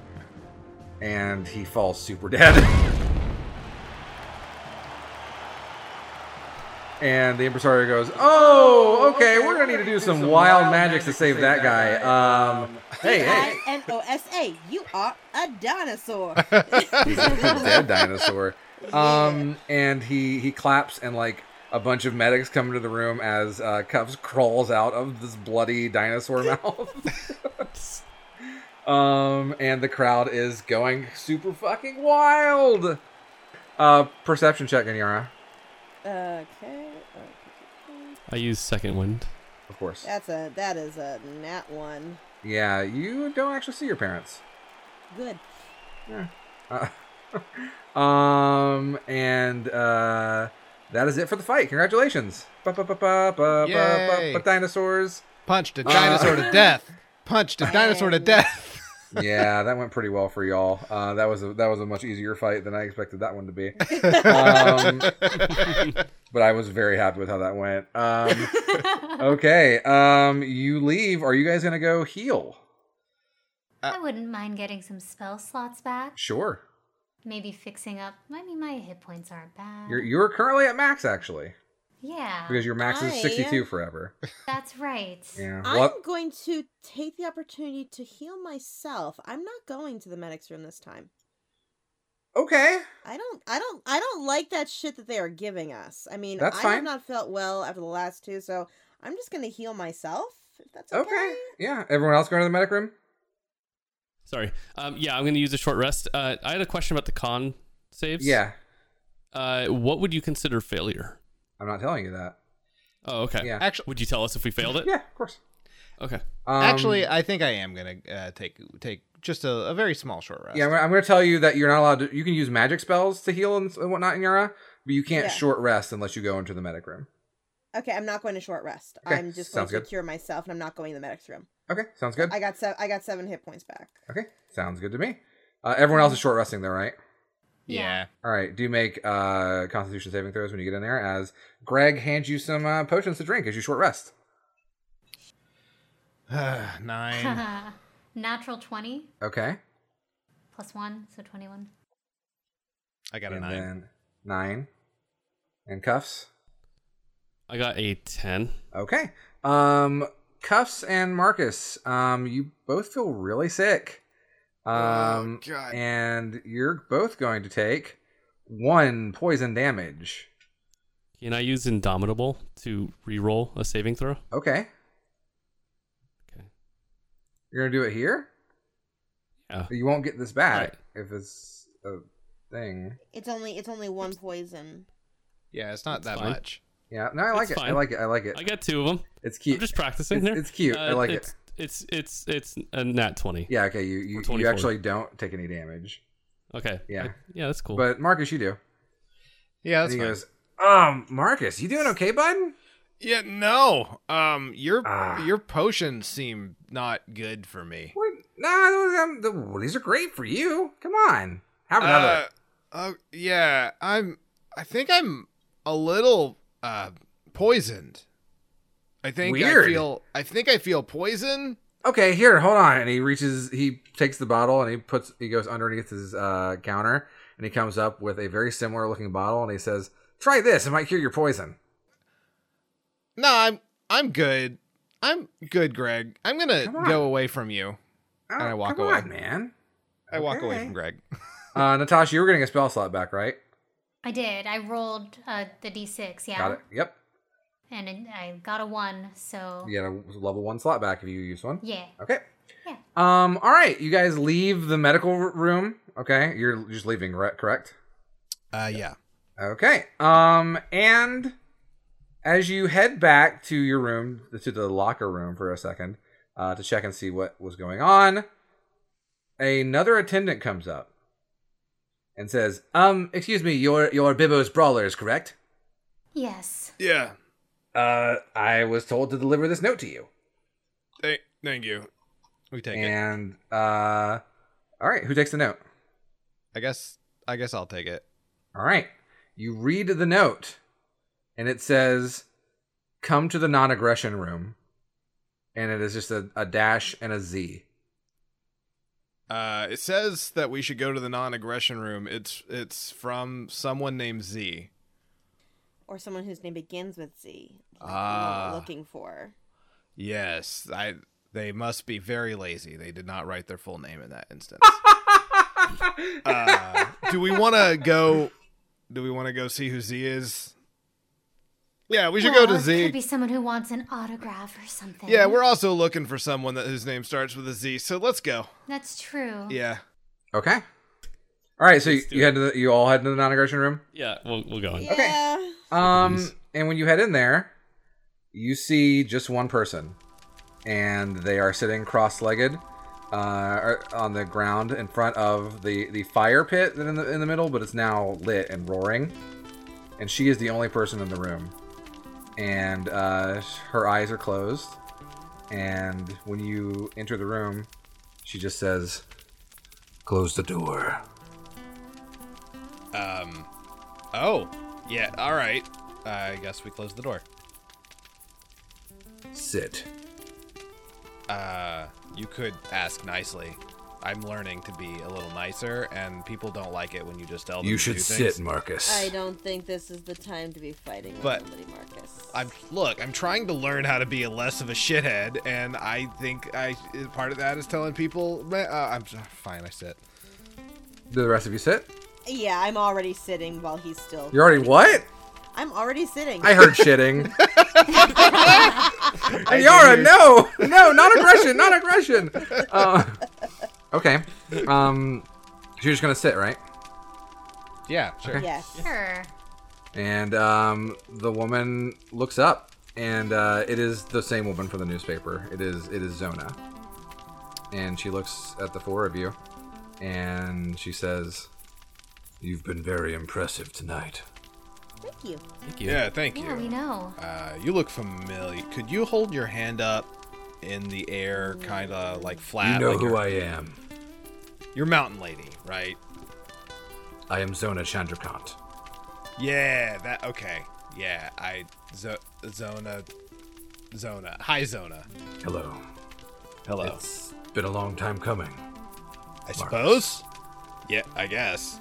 and he falls super dead. And the impresario goes, "Oh, okay, we're gonna need to do some wild magic to save that guy." Um, hey, hey, I N O S A. You are a dinosaur. dead dinosaur. Um, and he he claps, and like a bunch of medics come into the room as uh, Cuffs crawls out of this bloody dinosaur mouth. um, and the crowd is going super fucking wild. Uh, perception check, Anyara, okay. okay. I use second wind. of course. That's a that is a nat one. Yeah, you don't actually see your parents. Good. Uh, um, and uh, that is it for the fight. Congratulations, ba ba ba ba ba ba Yay. ba dinosaurs. Punched a Uh. dinosaur to death. Punched a dinosaur to death. yeah, that went pretty well for y'all. Uh, that was a, that was a much easier fight than I expected that one to be. Um, but I was very happy with how that went. Um, okay, um, you leave. Are you guys gonna go heal? I wouldn't mind getting some spell slots back. Sure. Maybe fixing up. I mean, my hit points aren't bad. You're you're currently at max actually yeah, because your max is I- sixty two forever. that's right. Yeah. I'm What? going to take the opportunity to heal myself. I'm not going to the medics room this time. Okay. I don't I don't I don't like that shit that they are giving us. I mean, That's I fine. have not felt well after the last two, so I'm just going to heal myself if that's okay. Okay. Yeah. Everyone else going to the medic room? Sorry. Um, yeah, I'm going to use a short rest. Uh, I had a question about the con saves. Yeah. Uh, what would you consider failure? I'm not telling you that. Oh, okay. Yeah. Actually, Would you tell us if we failed it? Yeah. Of course. Okay. Um, actually, I think I am gonna uh, take take just a, a very small short rest. Yeah, I'm, I'm going to tell you that you're not allowed to. You can use magic spells to heal and, and whatnot in Yara, but you can't Yeah. short rest unless you go into the medic room. Okay, I'm not going to short rest. Okay, I'm just going sounds to good. cure myself, and I'm not going to the medics room. Okay, sounds good. I got se- I got seven hit points back. okay, sounds good to me. Uh, everyone else is short resting though, right? yeah. All right. Do make uh, Constitution saving throws when you get in there, as Greg hands you some uh, potions to drink as you short rest. Nine. Natural 20 Okay. plus 1, so 21. I got a and nine. then nine, and cuffs. I got a 10. Okay. Um, Cuffs and Marcus, um, you both feel really sick. Um, God. And you're both going to take one poison damage. Can I use Indomitable to re-roll a saving throw? Okay. Okay. You're going to do it here? Yeah. You won't get this back if it's a thing. It's only it's only one poison. Yeah, it's not That's that fine. much. Yeah. No, I like it. It's I fine. like it. I like it. I got two of them. it's cute. I'm just practicing It's- there. it's cute. I like it. it's, It's it's it's a nat 20. Yeah. Okay. You you, For you 24. actually don't take any damage, Okay. Yeah. I- yeah, that's cool. but Marcus, you do. Yeah, And that's he fine. goes, um, Marcus, you doing okay, bud? Yeah, no. Um, your Ah. your potions seem not good for me. What? Nah, those, um, the woodies are great for you. Come on, have another. Uh, oh, yeah, I'm. I think I'm a little uh poisoned. I think Weird. I feel. I think I feel poison. okay, here, hold on. And he reaches, he takes the bottle and he puts, he goes underneath his uh, counter and he comes up with a very similar looking bottle and he says, "Try this. It might cure your poison." No, I'm. I'm good. I'm good, Greg. I'm gonna Come on. go away from you. Oh, And I walk come away. on, man. I walk away Okay. from Greg. Uh, Natasha, you were getting a spell slot back, right? I did. I rolled uh, the d6, yeah. Got it. Yep. And it- I got a 1, so. You get a level one slot back if you use one. Yeah. Okay. Yeah. Um. All right. You guys leave the medical r- room. Okay. You're just leaving, right? correct? Uh, yeah. Okay. Um, and as you head back to your room, to the locker room for a second, uh, to check and see what was going on, another attendant comes up and says, "Um, excuse me, your your Bibbo's brawler is correct. Yes. Yeah. Uh, I was told to deliver this note to you." Thank, thank you. We take it. and uh, all right, who takes the note? I guess. I guess I'll take it. All right. You read the note, and it says, Come to the non aggression room. And it is just a, a dash and a Z. Uh, it says that we should go to the non-aggression room. It's it's from someone named Z. Or someone whose name begins with Z. like we're Ah. looking for. Yes, I. They must be very lazy. They did not write their full name in that instance. uh, do we want to go? Do we want to go see who Z is? Yeah, we should go to Well, It Z. could be someone who wants an autograph or something. yeah, we're also looking for someone that whose name starts with a Z. So let's go. That's true. Yeah. Okay. All right. So you, Let's do you, head to the, you all head to the non aggression room. Yeah, we'll, we'll go on. Yeah. Um, and when you head in there, you see just one person, and they are sitting cross-legged uh, or- on the ground in front of the the fire pit that in the in the middle, but it's now lit and roaring. And she is the only person in the room, and uh, her eyes are closed. And when you enter the room, she just says, "Close the door." Um. Oh. Yeah. All right. I guess we close the door. Sit. Uh, you could ask nicely. I'm learning to be a little nicer, and people don't like it when you just tell them You to should do sit, things. Marcus. I don't think this is the time to be fighting with But- somebody, Marcus. I'm look. I'm trying to learn how to be a less of a shithead, and I think I part of that is telling people. "Meh, Uh, I'm s- fine. I sit. Do the rest of you sit? Yeah, I'm already sitting while he's still. You're already what? I'm already sitting. I heard shitting. I Yara, do- no, no, not aggression, not aggression. Uh, okay, um, so you're just gonna sit, right? Yeah. Sure. Yes. Sure. And um, the woman looks up, and uh, it is the same woman from the newspaper. It is, it is Zona, and she looks at the four of you, and she says, "You've been very impressive tonight." Thank you. Thank you. Yeah. Thank Yeah, we you. know. Uh, you look familiar. Could you hold your hand up in the air, kind of like flat? You know like who you're, I am. you're Mountain Lady, right? I am Zona Chandrakant. Yeah, that okay. Yeah, I zo- Zona, Zona. Hi, Zona. Hello. Hello. It's been a long time coming. I suppose. Yeah, I guess.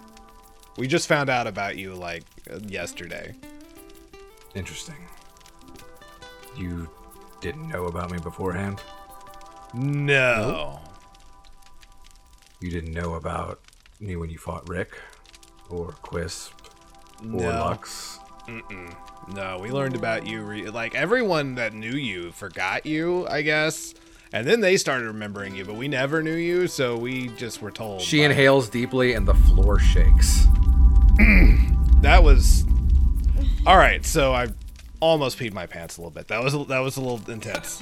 We just found out about you like uh, yesterday. Interesting. You didn't know about me beforehand? No. You didn't know about me when you fought Rick? Or Quisp? Or No. Lux? No, we learned about you. Re- like everyone that knew you forgot you, I guess. And then they started remembering you, but we never knew you, so we just were told. She by- inhales deeply and the floor shakes. That was All right, so I almost peed my pants a little bit. That was that was a little intense.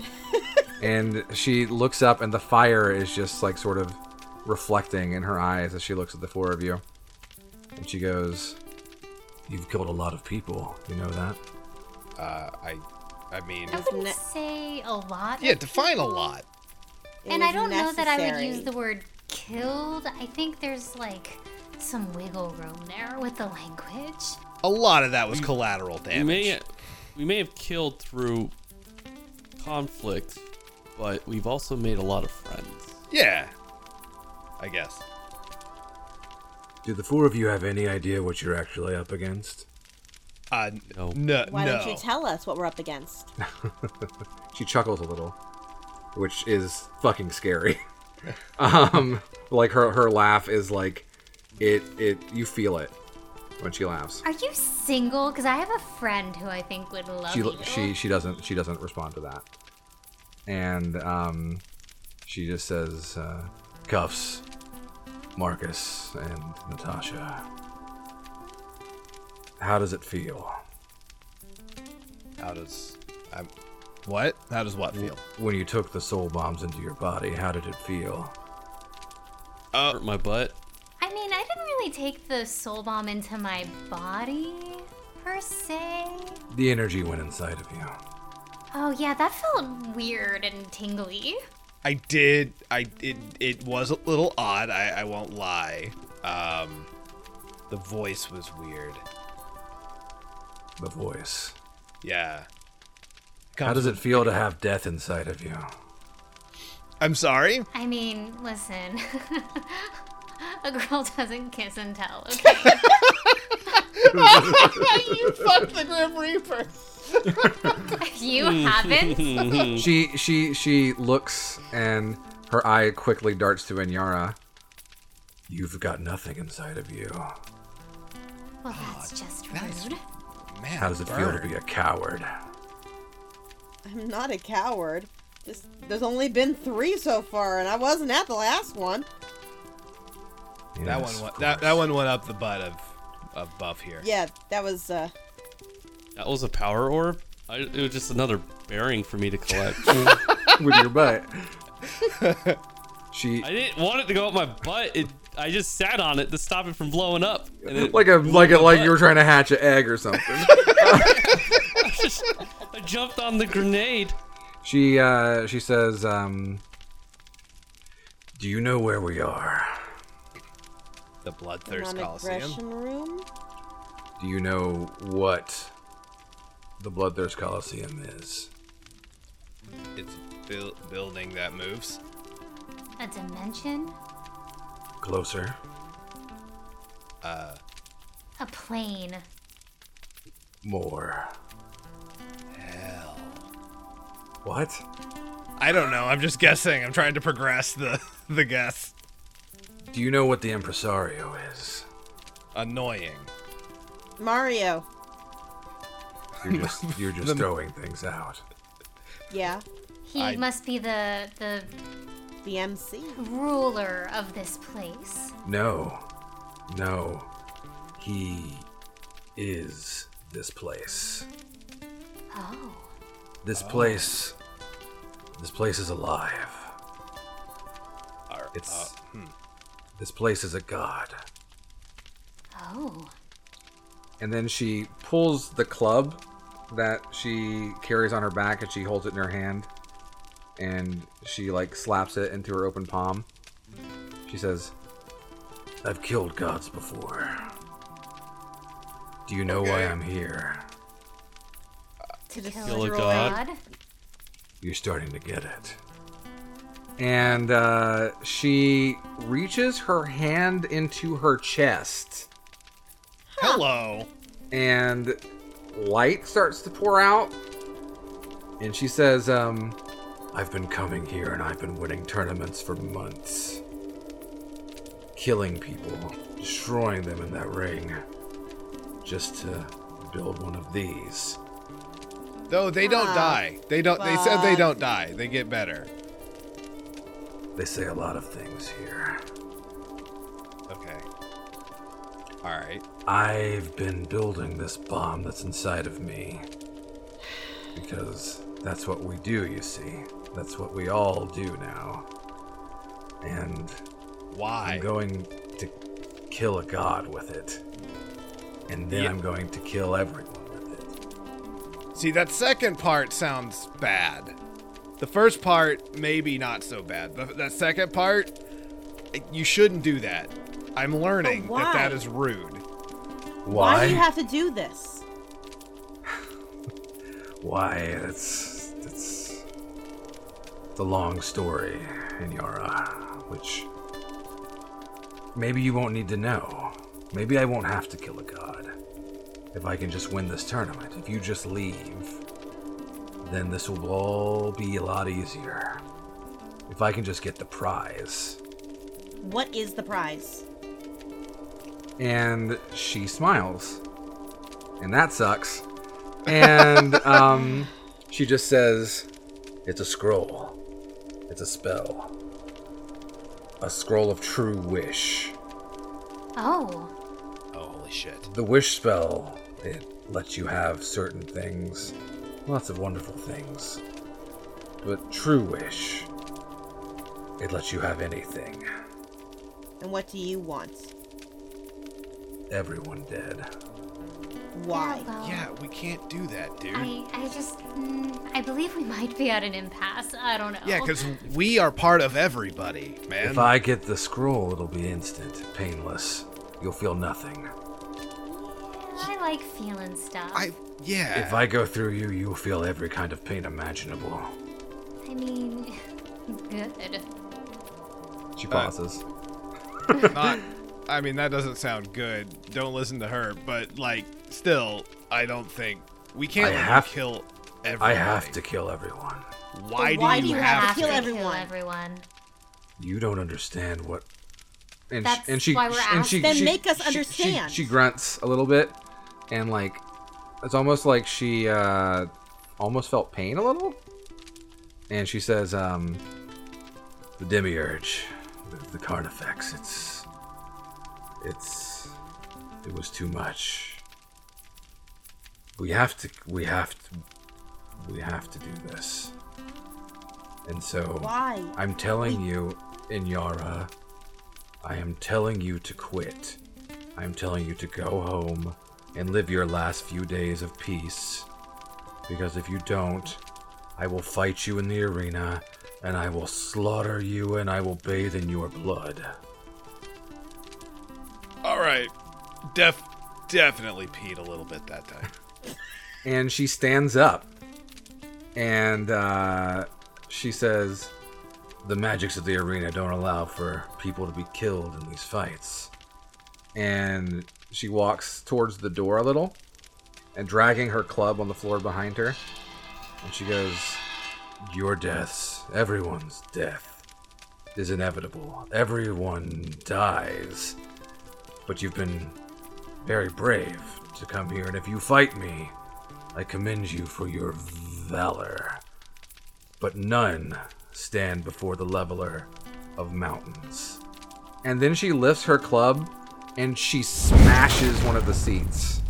And she looks up and the fire is just like sort of reflecting in her eyes as she looks at the four of you. And she goes, You've killed a lot of people, you know that? Uh, I I mean, I wouldn't ne- say a lot. yeah, define a lot. It and was I don't know that I would necessary. use the word killed. I think there's like some wiggle room there with the language. A lot of that was collateral We damage. may, we may have killed through conflict, but we've also made a lot of friends. Yeah. I guess. Do the four of you have any idea what you're actually up against? Uh, n- No. no, Why no. don't you tell us what we're up against? She chuckles a little, which is fucking scary. um, like her her laugh is like it it you feel it when she laughs. Are you single? Because I have a friend who I think would love She you. she she doesn't she doesn't respond to that, and um, she just says, uh, "Cuffs, Marcus, and Natasha. How does it feel How does. I'm, what? How does what feel? when you took the soul bombs into your body? How did it feel?" Hurt my butt. I mean, I didn't really take the soul bomb into my body per se. The energy went inside of you. Oh, yeah, that felt weird and tingly. I did. I it it was a little odd. I I won't lie. Um, the voice was weird. The voice. Yeah. How does it feel to have death inside of you? I'm sorry. I mean, listen. A girl doesn't kiss and tell, okay? you fucked the Grim Reaper. If you haven't, She she she looks and her eye quickly darts to Inyara. You've got nothing inside of you. well, that's just rude. that's- Man, How does it feel to be a coward? I'm not a coward. Just, there's only been three so far, and I wasn't at the last one. That Yes, one. of Went, that that course. one went up the butt of of Buff here. Yeah, that was. uh That was a power orb. I, it was just another bearing for me to collect. with your butt. she I didn't want it to go up my butt. It, I just sat on it to stop it from blowing up. And it, like a like a like you were trying to hatch an egg or something. I jumped on the grenade. she uh she says, um Do you know where we are? The Bloodthirst Coliseum. non-aggression room. Do you know what the Bloodthirst Coliseum is? It's buil- building that moves. A dimension? Closer. A plane. More. Hell. What? I don't know. I'm just guessing. I'm trying to progress the the guess. Do you know what the impresario is? Annoying. Mario. You're just you're just The- throwing things out. Yeah, He I- must be the the the MC. ruler of this place. No. No. He is this place. Oh. This place This place is alive. Ar- uh, hmm. It's This place is a god. Oh. and then she pulls the club that she carries on her back and she holds it in her hand and she like slaps it into her open palm she says i've killed gods before do you know why i'm here To Kill destroy a god. you're starting to get it and uh, she reaches her hand into her chest Hello. and light starts to pour out. And she says, um, I've been coming here and I've been winning tournaments for months. Killing people, destroying them in that ring, just to build one of these. Though they don't Ah, die. They don't. They said they but- don't die. They get better. They say a lot of things here. Okay. All right. I've been building this bomb that's inside of me. Because that's what we do, you see. That's what we all do now. And Why? I'm going to kill a god with it. And then Yeah. I'm going to kill everyone with it. See, that second part sounds bad. The first part, maybe not so bad. But that second part, you shouldn't do that. I'm learning But that that why? is rude. Why? Why? do you have to do this? Why? That's that's the long story, Inyara, which maybe you won't need to know. Maybe I won't have to kill a god if I can just win this tournament. If you just leave, then this will all be a lot easier. If I can just get the prize. What is the prize? and she smiles. And that sucks. And um, she just says, It's a scroll. It's a spell. A scroll of true wish. Oh. Oh, holy shit. The wish spell, it lets you have certain things, lots of wonderful things. But true wish, it lets you have anything. And what do you want? everyone dead. Why? Yeah, well, Yeah, we can't do that, dude. I, I just, mm, I believe we might be at an impasse. I don't know. Yeah, because we are part of everybody, man. If I get the scroll, it'll be instant, painless. You'll feel nothing. I like feeling stuff. I yeah. If I go through you, you'll feel every kind of pain imaginable. I mean, good. She pauses. not I mean that doesn't sound good. Don't listen to her, but like still I don't think we can't I let you have- kill everyone. I have to kill everyone. Why, But why do you, do you have, have to? kill to everyone. everyone. You don't understand what. And That's she, and she, why we're and she, asked. Then she- make us she- she- understand. She, grunts a little bit, and like, it's almost like she uh, almost felt pain a little. And she says, um, "The demiurge, the, the carnifex. It's, it's, it was too much. We have to, we have to, we have to do this. And so, Why? I'm telling you, Inyara, I am telling you to quit. I'm telling you to go home and live your last few days of peace. Because if you don't, I will fight you in the arena, and I will slaughter you, and I will bathe in your blood. All right. Def definitely peed a little bit that time. and she stands up and uh, she says the magics of the arena don't allow for people to be killed in these fights and she walks towards the door a little and dragging her club on the floor behind her and she goes your deaths everyone's death is inevitable everyone dies but you've been very brave to come here and if you fight me I commend you for your valor, but none stand before the leveler of mountains. And then she lifts her club and she smashes one of the seats.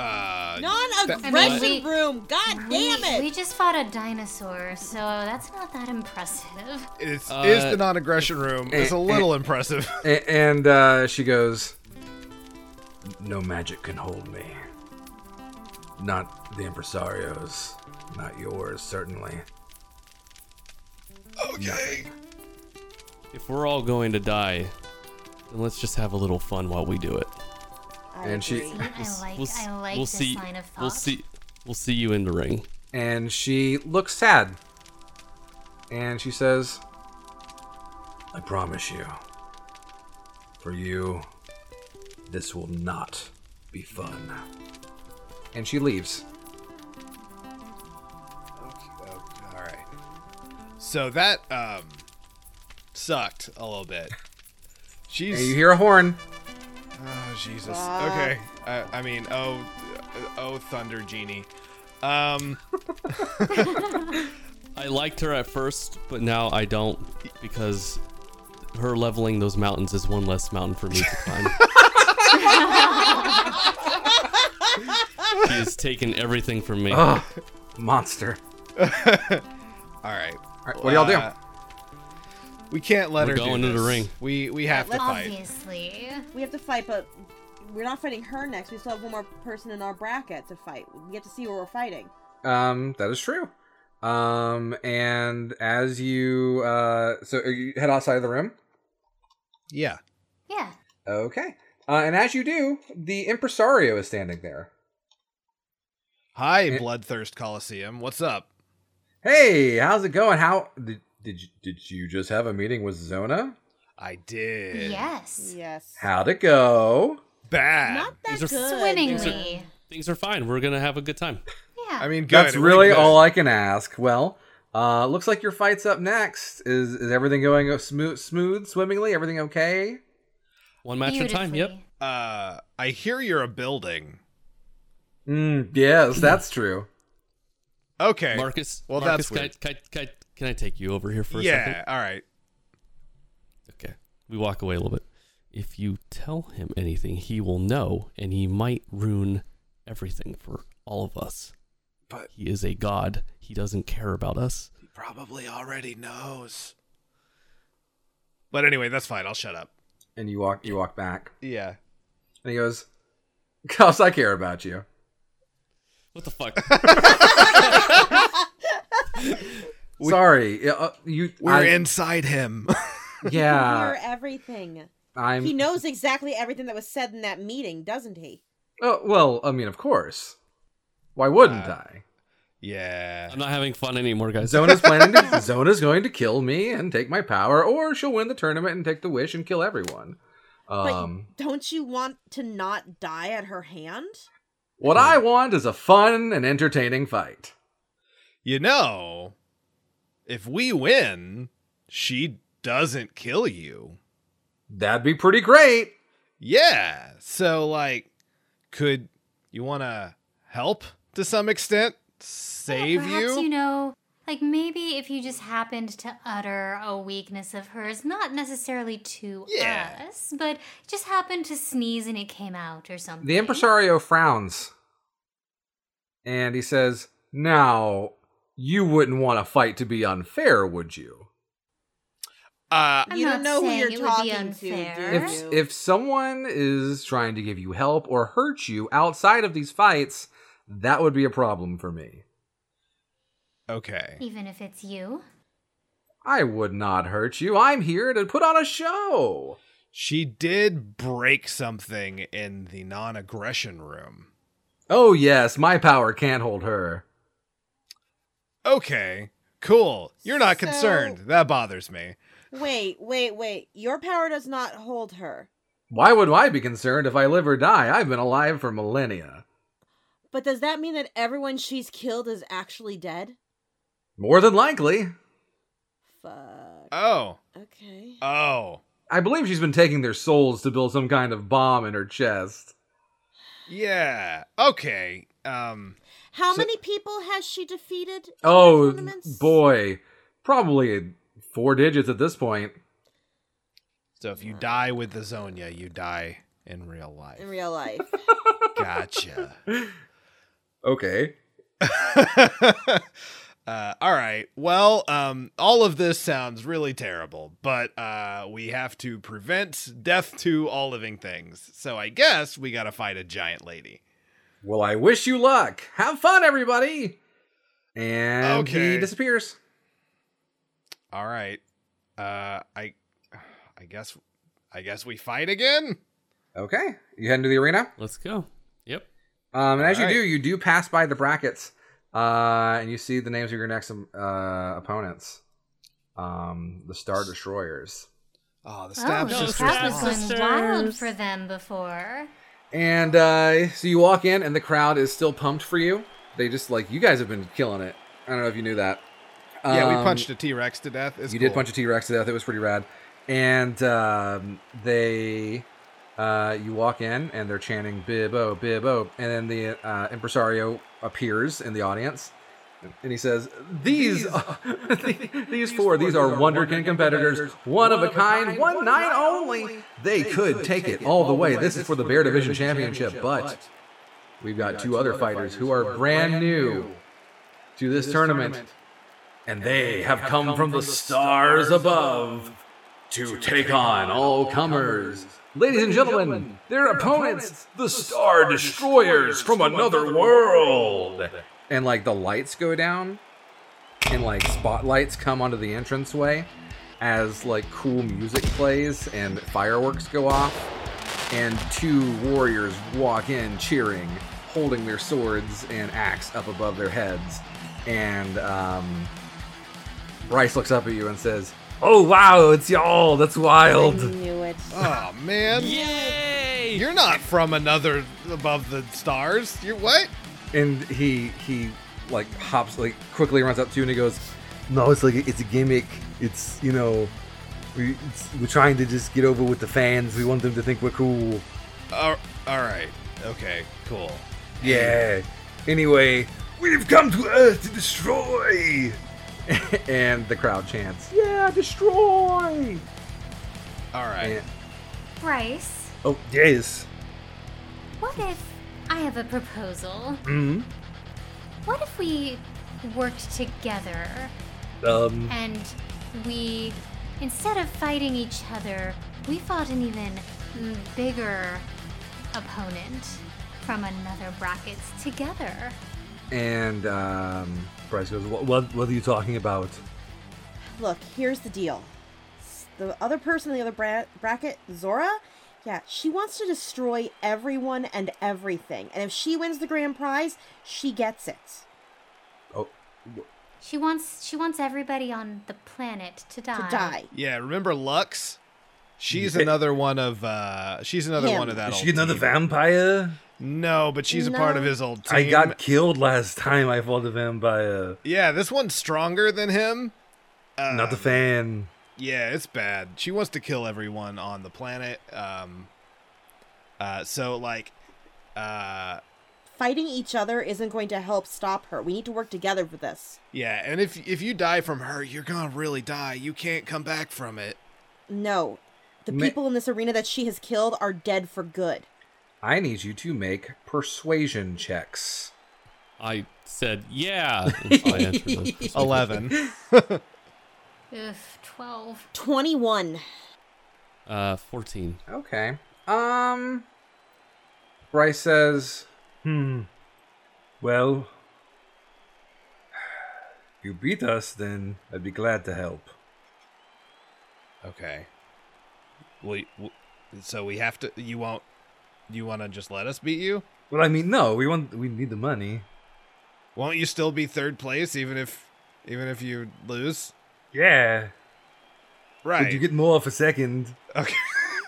Uh I mean, Non-aggression we- room. God damn We, we it! just fought a dinosaur, so that's not that impressive. it's Uh, is the non-aggression room. It's a eh, little impressive. A- and uh, she goes, No magic can hold me. Not the impresario's, not yours, certainly. okay. If we're all going to die, then let's just have a little fun while we do it. I and she- agree. I like, We'll, s- I like we'll this see, line of thought. We'll see. We'll see you in the ring. and she looks sad. And she says, I promise you, for you, this will not be fun. And she leaves. Uh, All right. So that um sucked a little bit. She's And you hear a horn. Oh Jesus. Fuck. Okay. I, I mean, oh, oh, thunder genie. Um, I liked her at first, but now I don't because her leveling those mountains is one less mountain for me to climb. she has taken everything from me. Ugh, monster. all right. All right, what do y'all do? Uh, We can't let We're her do going to the this. ring. We we have to fight. Obviously. We have to fight, but we're not fighting her next. We still have one more person in our bracket to fight. We have to see where we're fighting. Um, that is true. Um, and as you, uh, so you head outside of the room. Yeah. Yeah. Okay. Uh, and as you do, the impresario is standing there. Hi, Eh. Bloodthirst Coliseum. What's up? Hey, how's it going? How did did you, did you just have a meeting with Zona? I did. Yes. Yes. How'd it go? Bad. Not that These are good. Swimmingly. Things are fine. We're gonna have a good time. Yeah. I mean, good. That's really good. all I can ask. Well, uh, looks like your fight's up next. Is is everything going smooth, smooth, swimmingly? Everything okay? One match at a time. Yep. Beautifully. Uh, I hear you're a building. Mm, yes, that's true. Okay. Marcus. Well, that's Marcus, can I- weird. Can, I, can, I, can I take you over here for a yeah. second? All right. Okay. We walk away a little bit. If you tell him anything, he will know, and he might ruin everything for all of us. But- he is a god. He doesn't care about us. He probably already knows. But anyway, that's fine. I'll shut up. And you walk you walk back. Yeah. And he goes, Cause I care about you. What the fuck? Sorry. yeah, uh, you, We're I- inside him. Yeah. Hear everything. I'm. He knows exactly everything that was said in that meeting, doesn't he? Oh, well, I mean, of course. Why wouldn't I? Yeah. I'm not having fun anymore, guys. Zona's planning to. Zona's going to kill me and take my power, or she'll win the tournament and take the wish and kill everyone. Um, but don't you want to not die at her hand? what I want is a fun and entertaining fight. You know, if we win, she doesn't kill you. That'd be pretty great. Yeah. So like could you want to help to some extent? Save Perhaps you? you know, like maybe if you just happened to utter a weakness of hers, not necessarily to Yeah. us, but just happened to sneeze and it came out or something. The impresario frowns and he says, Now, you wouldn't want a fight to be unfair, would you? uh I'm you don't not know who saying you're it would be talking to. unfair. do If, you? if someone is trying to give you help or hurt you outside of these fights, that would be a problem for me. okay. Even if it's you. I would not hurt you. I'm here to put on a show. She did break something in the non-aggression room. Oh, yes, my power can't hold her. Okay. Cool. You're not So- concerned. That bothers me. Wait, wait, wait. Your power does not hold her. Why would I be concerned if I live or die? I've been alive for millennia. But does that mean that everyone she's killed is actually dead? More than likely. Fuck. Oh. Okay. Oh. I believe she's been taking their souls to build some kind of bomb in her chest. Yeah. Okay. Um How many people has she defeated? in her Oh tournaments? boy, probably four digits at this point. so if you die with the Zonia, you die in real life. In real life. Gotcha. Okay. uh, all right. Well, um, all of this sounds really terrible, but uh, we have to prevent death to all living things. So I guess we got to fight a giant lady. Well, I wish you luck. Have fun, everybody. And Okay. he disappears. All right. Uh, I, I guess, I guess we fight again. Okay, you head into the arena. Let's go. Yep. Um, and as Alright. you do, you do pass by the brackets, uh, and you see the names of your next um, uh, opponents, um, the Star Destroyers. Oh, the Oh, stab no, the sisters. crowd Stab was Sisters. going wild for them before. And uh, so you walk in, and the crowd is still pumped for you. They just like you guys have been killing it. I don't know if you knew that. Yeah, we Um, punched a T Rex to death. It's you cool. did punch a T Rex to death. It was pretty rad. And um, they, uh, you walk in, and they're chanting "Bibbo, Bibbo," and then the uh, impresario appears in the audience, and he says, "These, these, four, these are Wonderkin competitors, one of a kind, one night only. They could take it all the way. This is for the Bear Division Championship, but." We've got, two, other fighters, who are brand new to this, tournament, and they have come, from the stars above to take on all comers. Ladies and gentlemen, their opponents, the Star Destroyers from another world. And like the lights go down, and like spotlights come onto the entranceway as like cool music plays and fireworks go off and two warriors walk in cheering, holding their swords and axe up above their heads. And um, Bryce looks up at you and says, Oh, wow, it's y'all. That's I wild. knew it. Oh man, Yay! you're not from another above the stars. You're what? And he, he like, hops, like, quickly runs up to you and he goes, No, it's like, it's a gimmick. It's, you know, we, it's, we're trying to just get over with the fans. We want them to think we're cool. Uh, all right. Okay. Cool. Yeah. Anyway, we've come to Earth to destroy. and the crowd chants, "Yeah, destroy!" All right. And, Bryce, oh, yes. what if I have a proposal? Mm-hmm. Mm. What if we worked together Um. and we, instead of fighting each other, we fought an even bigger opponent from another bracket together. And um, Bryce goes, what, what, what are you talking about? Look, here's the deal. S- The other person in the other bra- bracket, Zora, yeah, she wants to destroy everyone and everything. And if she wins the grand prize, she gets it. Oh, She wants she wants everybody on the planet to die. To die. Yeah, remember Lux? She's another one of uh she's another Him. one of that is old she another team. vampire? No, but she's a part of No. his old team. I got killed last time I fought a vampire. Yeah, this one's stronger than him. Um, Not the fan. Yeah, it's bad. She wants to kill everyone on the planet. Um uh so like uh Fighting each other isn't going to help stop her. We need to work together for this. yeah, and if if you die from her, you're going to really die. You can't come back from it. No. The Ma- people in this arena that she has killed are dead for good. I need you to make persuasion checks. I said, yeah. and I answered them. 11. Oof, twelve. 21. Uh, 14. Okay. Um. Bryce says, "Hmm. Well, you beat us, then I'd be glad to help." okay. We, w so we have to you won't you want to just let us beat you? Well, I mean, no. We want. We need the money. Won't you still be third place even if even if you lose? Yeah. Right. But you get more for second. Okay.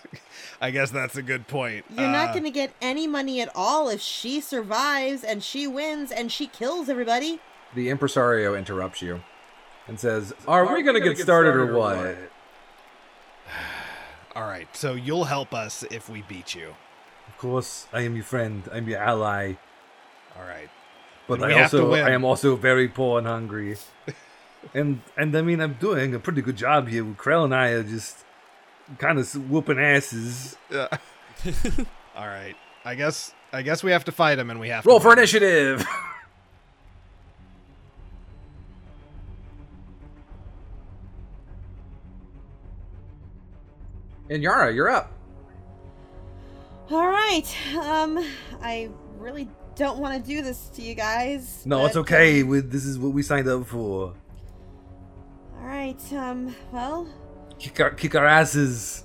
I guess that's a good point. You're not Uh, going to get any money at all if she survives and she wins and she kills everybody. The impresario interrupts you and says, "Are, we gonna, get, started, or what?" All right, so you'll help us if we beat you. Of course, I am your friend. I'm your ally. All right. But Then I we have to also win. I am also very poor and hungry. and and I mean I'm doing a pretty good job here. Krell and I are just kind of whooping asses. All right. I guess I guess we have to fight him and we have Roll to for win. initiative. and Yara, you're up. All right. Um I really don't want to do this to you guys. No, it's but- okay. We, this is what we signed up for. All right. Um well, Kick our kick our asses.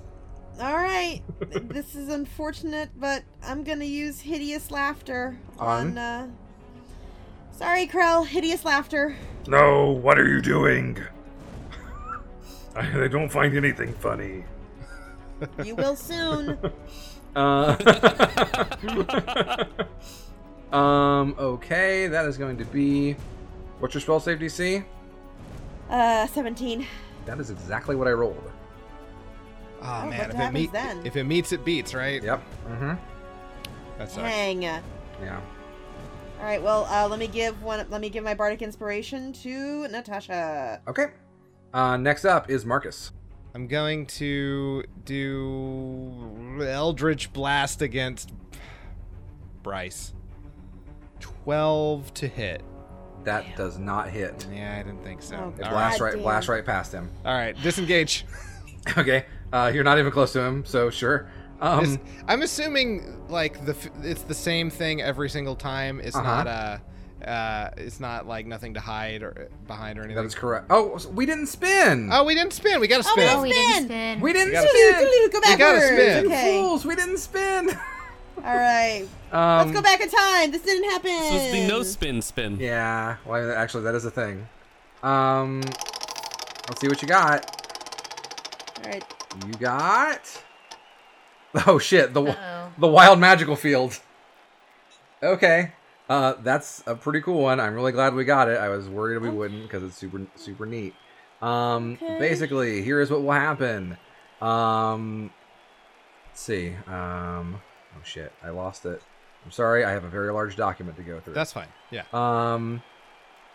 all right. this is unfortunate, but I'm going to use hideous laughter on, On? uh Sorry, Krell. Hideous laughter. No, what are you doing? I, I don't find anything funny. You will soon. Uh, um. Okay, that is going to be. What's your spell save DC? Uh 17. That is exactly what I rolled. Oh, Oh, man, what if it happens meet, then? if it meets it beats, right? Yep. Mm-hmm. That sucks. Dang. Yeah. All right. Well, uh, let me give one. Let me give my bardic inspiration to Natasha. Okay. Uh, next up is Marcus. I'm going to do Eldritch Blast against Bryce. 12 to hit. That does not hit. Yeah, I didn't think so. Oh, It All right. blasts right, Goddamn. blasts right past him. All right, disengage. okay. Uh, you're not even close to him, so sure. Um, Is- I'm assuming like the f- it's the same thing every single time. It's Uh-huh. not uh uh it's not like nothing to hide or uh, behind or anything. that is correct. Oh, so we didn't spin. Oh, we didn't spin. We got to Oh, we spin. Oh, we Spin! didn't spin. we didn't gotta- spin. Go We gotta backwards. spin. Okay. Fools, we didn't spin. All right. Um, Let's go back in time. This didn't happen. So it's the no spin spin. Yeah, well, actually, that is a thing. Um, let's see what you got. All right. You got. Oh shit! The Uh-oh. the wild magical field. Okay, uh, that's a pretty cool one. I'm really glad we got it. I was worried we wouldn't because it's super super neat. Um, Okay. basically, here is what will happen. Um, let's see. Um, oh shit! I lost it. I'm sorry. I have a very large document to go through. That's fine. Yeah. Um,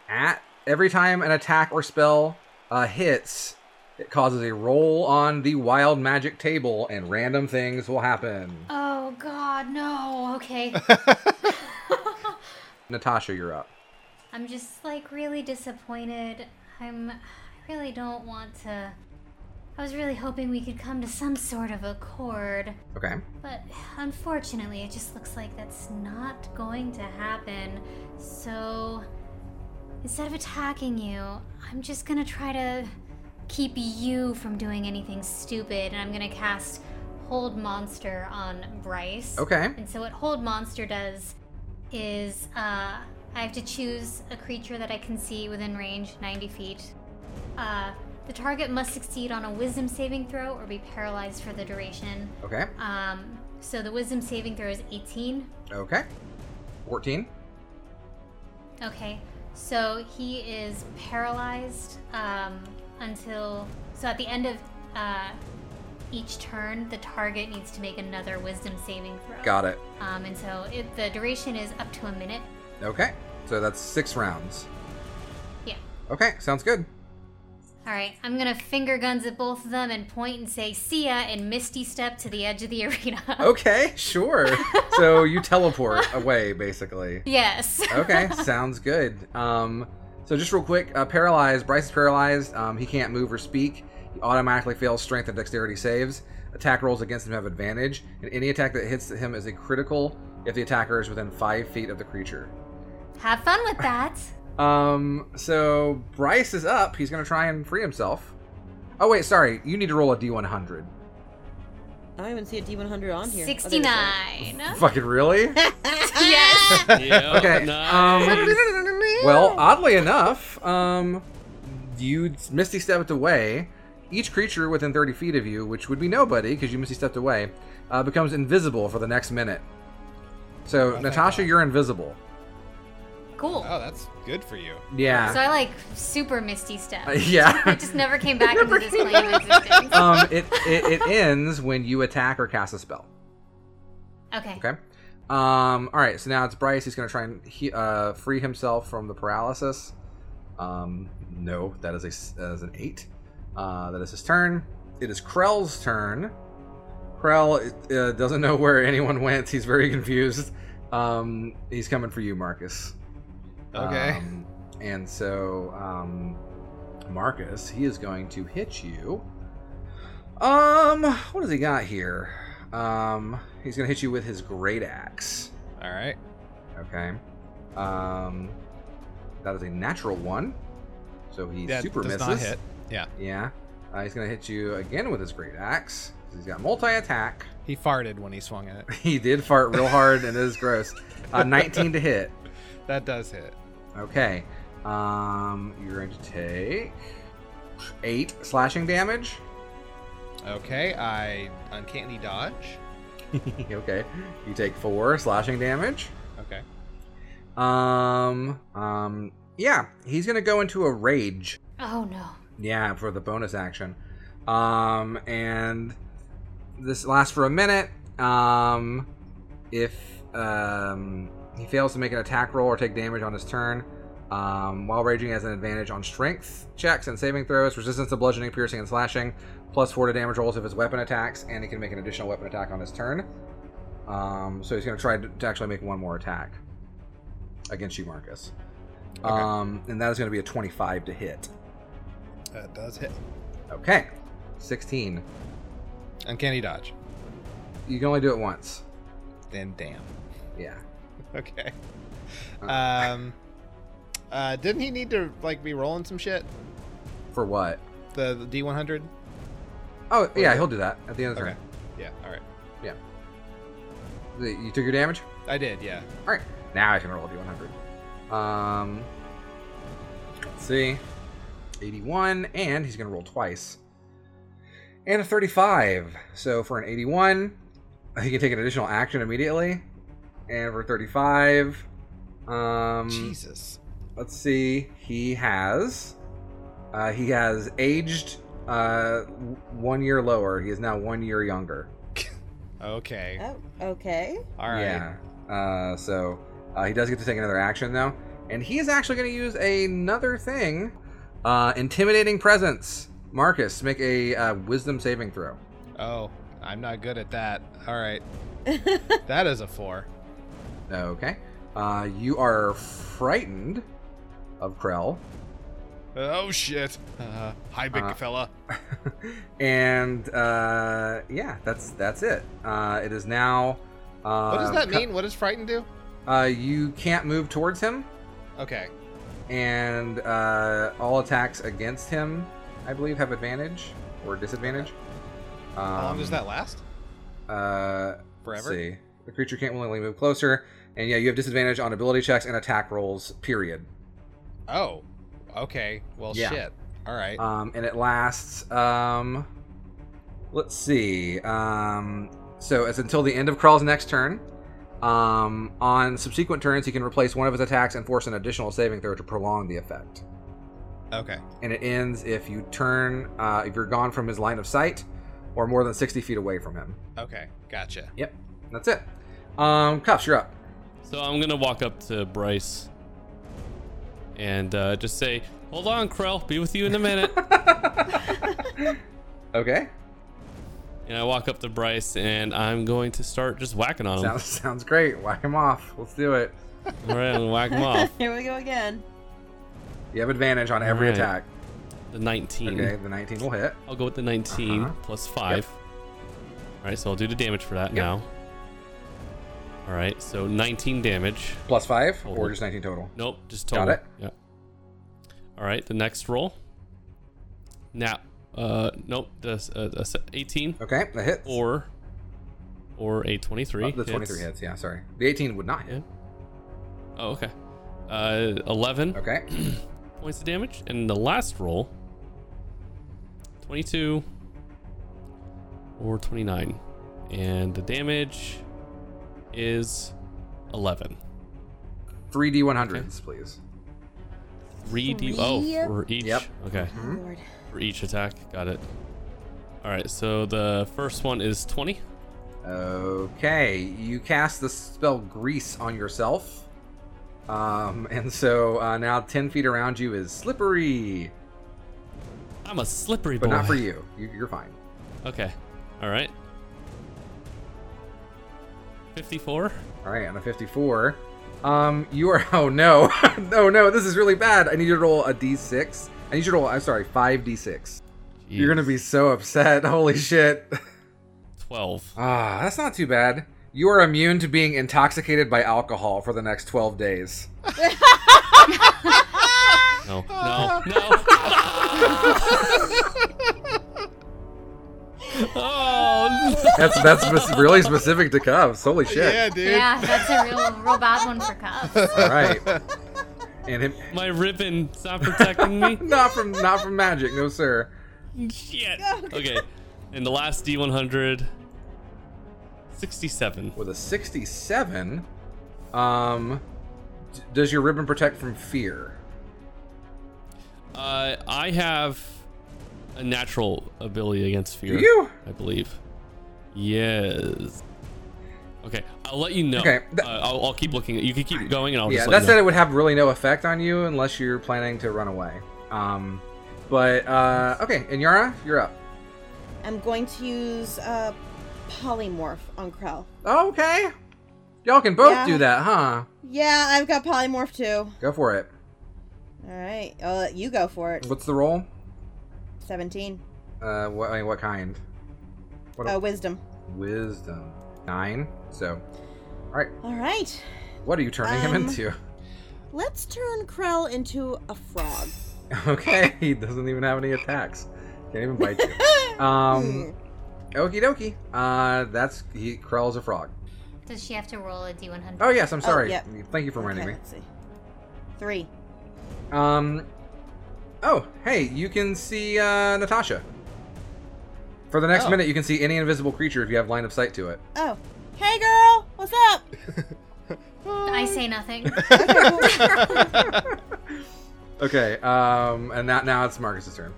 at every time an attack or spell uh, hits, it causes a roll on the wild magic table, and random things will happen. Oh god, no. Okay. Natasha, you're up. I'm just like really disappointed. I'm I really don't want to I was really hoping we could come to some sort of accord. Okay. But unfortunately, it just looks like that's not going to happen. So instead of attacking you, I'm just gonna try to keep you from doing anything stupid, and I'm gonna cast Hold Monster on Bryce. Okay. And so, what Hold Monster does is uh, I have to choose a creature that I can see within range 90 feet. Uh, the target must succeed on a Wisdom saving throw or be paralyzed for the duration. Okay. Um, so the wisdom saving throw is 18. Okay. 14. Okay. So he is paralyzed um, until. So at the end of uh, each turn, the target needs to make another wisdom saving throw. Got it. Um, and so it, the duration is up to a minute. Okay. So that's six rounds. Yeah. Okay. Sounds good. All right. I'm going to finger guns at both of them and point and say, see ya, and misty step to the edge of the arena. Oh. Okay. Sure. so you teleport away, basically. Yes. Okay. Sounds good. Um, so just real quick uh, paralyzed. Bryce is paralyzed. Um, he can't move or speak. He automatically fails strength and dexterity saves. Attack rolls against him have advantage, and any attack that hits him is a critical if the attacker is within five feet of the creature. Have fun with that. Um, so Bryce is up. He's gonna try and free himself. Oh wait, sorry. You need to roll a d100. I don't even see a D100 on here. Oh, there it is. 69. Fucking really? yes. Yeah, Okay. Um, well, oddly enough, um, you misty stepped away. Each creature within 30 feet of you, which would be nobody because you misty stepped away, uh, becomes invisible for the next minute. So Natasha, you're invisible. Cool. Oh, that's good for you. Yeah. So I like super misty stuff. I yeah. just never came back into this plane of existence. um, it, it it ends when you attack or cast a spell. Okay. Okay. Um. All right. So now it's Bryce. He's gonna try and he, uh, free himself from the paralysis. Um. No, that is a s- that is an eight. Uh, that is his turn. It is Krell's turn. Krell uh, doesn't know where anyone went. He's very confused. Um. He's coming for you, Marcus. Okay. Um, and so, um, Marcus, he is going to hit you. Um. What does he got here? Um. He's gonna hit you with his great axe. Uh, All right. Okay. Um, that is a natural one. So he That super does misses. not hit. Yeah. Uh, he's gonna hit you again with his great axe. 'cause He's got multi attack. He farted when he swung at it. He did fart real hard, and it is gross. Uh, 19 to hit. That does hit. Okay. Um, you're going to take eight slashing damage. Okay, I uncanny dodge. okay. You take four slashing damage. Okay. Um, um, yeah. He's gonna go into a rage. Oh no. Yeah, for the bonus action. Um, and this lasts for a minute. Um, if um, he fails to make an attack roll or take damage on his turn, um, while raging has an advantage on strength checks and saving throws, resistance to bludgeoning, piercing, and slashing, plus four to damage rolls if his weapon attacks, and he can make an additional weapon attack on his turn. Um, so he's going to try to to actually make one more attack against you, Marcus. Um, and that is going to be a 25 to hit. That does hit. Okay. 16. Uncanny dodge. You can only do it once. Then damn. Yeah. Okay. Um. Uh, didn't he need to like be rolling some shit? For what? The, the D100. Oh, yeah, he'll do that at the end of the Okay. Yeah. All right. turn. You took your damage? I did. Yeah. Alright. Now I can roll a d100. Um, let's see. 81, and he's going to roll twice. And a 35. So for an 81, he can take an additional action immediately. And for 35, um, Jesus. let's see he has uh, he has aged uh, w- one year lower he is now one year younger Okay. Oh, okay. All right. yeah uh, so uh, he does get to take another action though and he is actually going to use another thing uh, intimidating presence marcus make a uh, wisdom saving throw Oh, I'm not good at that. All right. that is a four. okay uh, you are frightened of krell Oh shit. Uh, hi, big Uh, fella. and uh, yeah, that's that's it. Uh, it is now. Uh, What does that co- mean? What does frightened do? Uh, you can't move towards him, Okay. and uh, all attacks against him, I believe, have advantage or disadvantage. Um, How long does that last? Uh, Forever? let's see. The creature can't willingly move closer, and yeah, you have disadvantage on ability checks and attack rolls. Period. Oh. Okay. Well, Yeah. shit. All right. Um, and it lasts. Um, let's see. Um, so it's until the end of Crawl's next turn. Um, on subsequent turns, he can replace one of his attacks and force an additional saving throw to prolong the effect. okay. And it ends if you turn, uh, if you're gone from his line of sight, or more than sixty feet away from him. Okay. Gotcha. That's it. Um, Cuffs, you're up. So I'm gonna walk up to Bryce and uh, just say, "Hold on, Krell, be with you in a minute." Okay. and I walk up to Bryce and I'm going to start just whacking on him. Sounds sounds great. Whack him off. Let's do it. All right, I'm gonna whack him off. Here we go again. You have advantage on every Alright. attack. The 19. Okay, the 19 will hit. I'll go with the 19 Uh-huh. plus 5. All right, so I'll do the damage for that Yep. now. All right, so 19 damage. Plus five, or Total. just 19 total. Nope, just Got total. it. Yeah. All right, the next roll. Now, uh, nope, the uh, uh, 18 Okay, that hits. or or a 23. Oh, the 23 hits. Yeah, sorry. The 18 would not hit. Oh, okay. Uh, 11 Okay. points of damage, and the last roll, 22 or 29, and the damage is 11. 3d100s, please. 3d oh for each. Yep. Mm-hmm. Okay. Oh, Lord. For each attack. Got it. All right. So the first one is 20. Okay, you cast the spell Grease on yourself. Um, and so uh, now 10 feet around you is slippery, I'm a slippery but boy. not for you. you. You're fine. Okay. All right. 54. All right, on a 54. Um, you are. Oh no, no, no! This is really bad. I need you to roll a d6. I need you to roll. I'm sorry, five d6. You're gonna Jeez. be so upset. Holy shit! 12. Ah, that's not too bad. You are immune to being intoxicated by alcohol for the next 12 days. No. No. No. oh. no. That's that's spec- really specific to cuffs. Holy shit! Yeah, dude. Yeah, that's a real, real bad one for cuffs. All right. And him, My ribbon's not protecting me. not from not from magic, no sir. Shit. Okay. And the last D100. 67. With a 67, um, d- does your ribbon protect from fear? Uh, I have a natural ability against fear. Do you? I believe. Yes. Okay, I'll let you know. Okay, that- uh, I'll, I'll keep looking. You can keep going, and I'll yeah, just. that Let said, you it know. would have really no effect on you unless you're planning to run away. Um, but uh, okay, and Yara, you're up. I'm going to use uh, polymorph on Krell. Okay, y'all can both Yeah. do that, huh? Yeah, I've got polymorph too. Go for it. All right, I'll let you go for it. What's the roll? Seventeen. Uh, what, I mean, what kind? What a- Uh, wisdom. wisdom. Nine. So, All right, what are you turning him Um. into? let's turn Krell into a frog. Okay, he doesn't even have any attacks. Can't even bite you. Um, okie dokie. Uh, that's he crawls a frog. Does she have to roll a d100? Oh yes, I'm sorry. yep. Thank you for reminding okay, me. let's see. Three. Um. Oh, hey, you can see uh, Natasha. For the next Oh. minute, you can see any invisible creature if you have line of sight to it. Oh, hey girl, what's up? Oh. I say nothing. Okay. Um. And now, now it's Marcus's turn.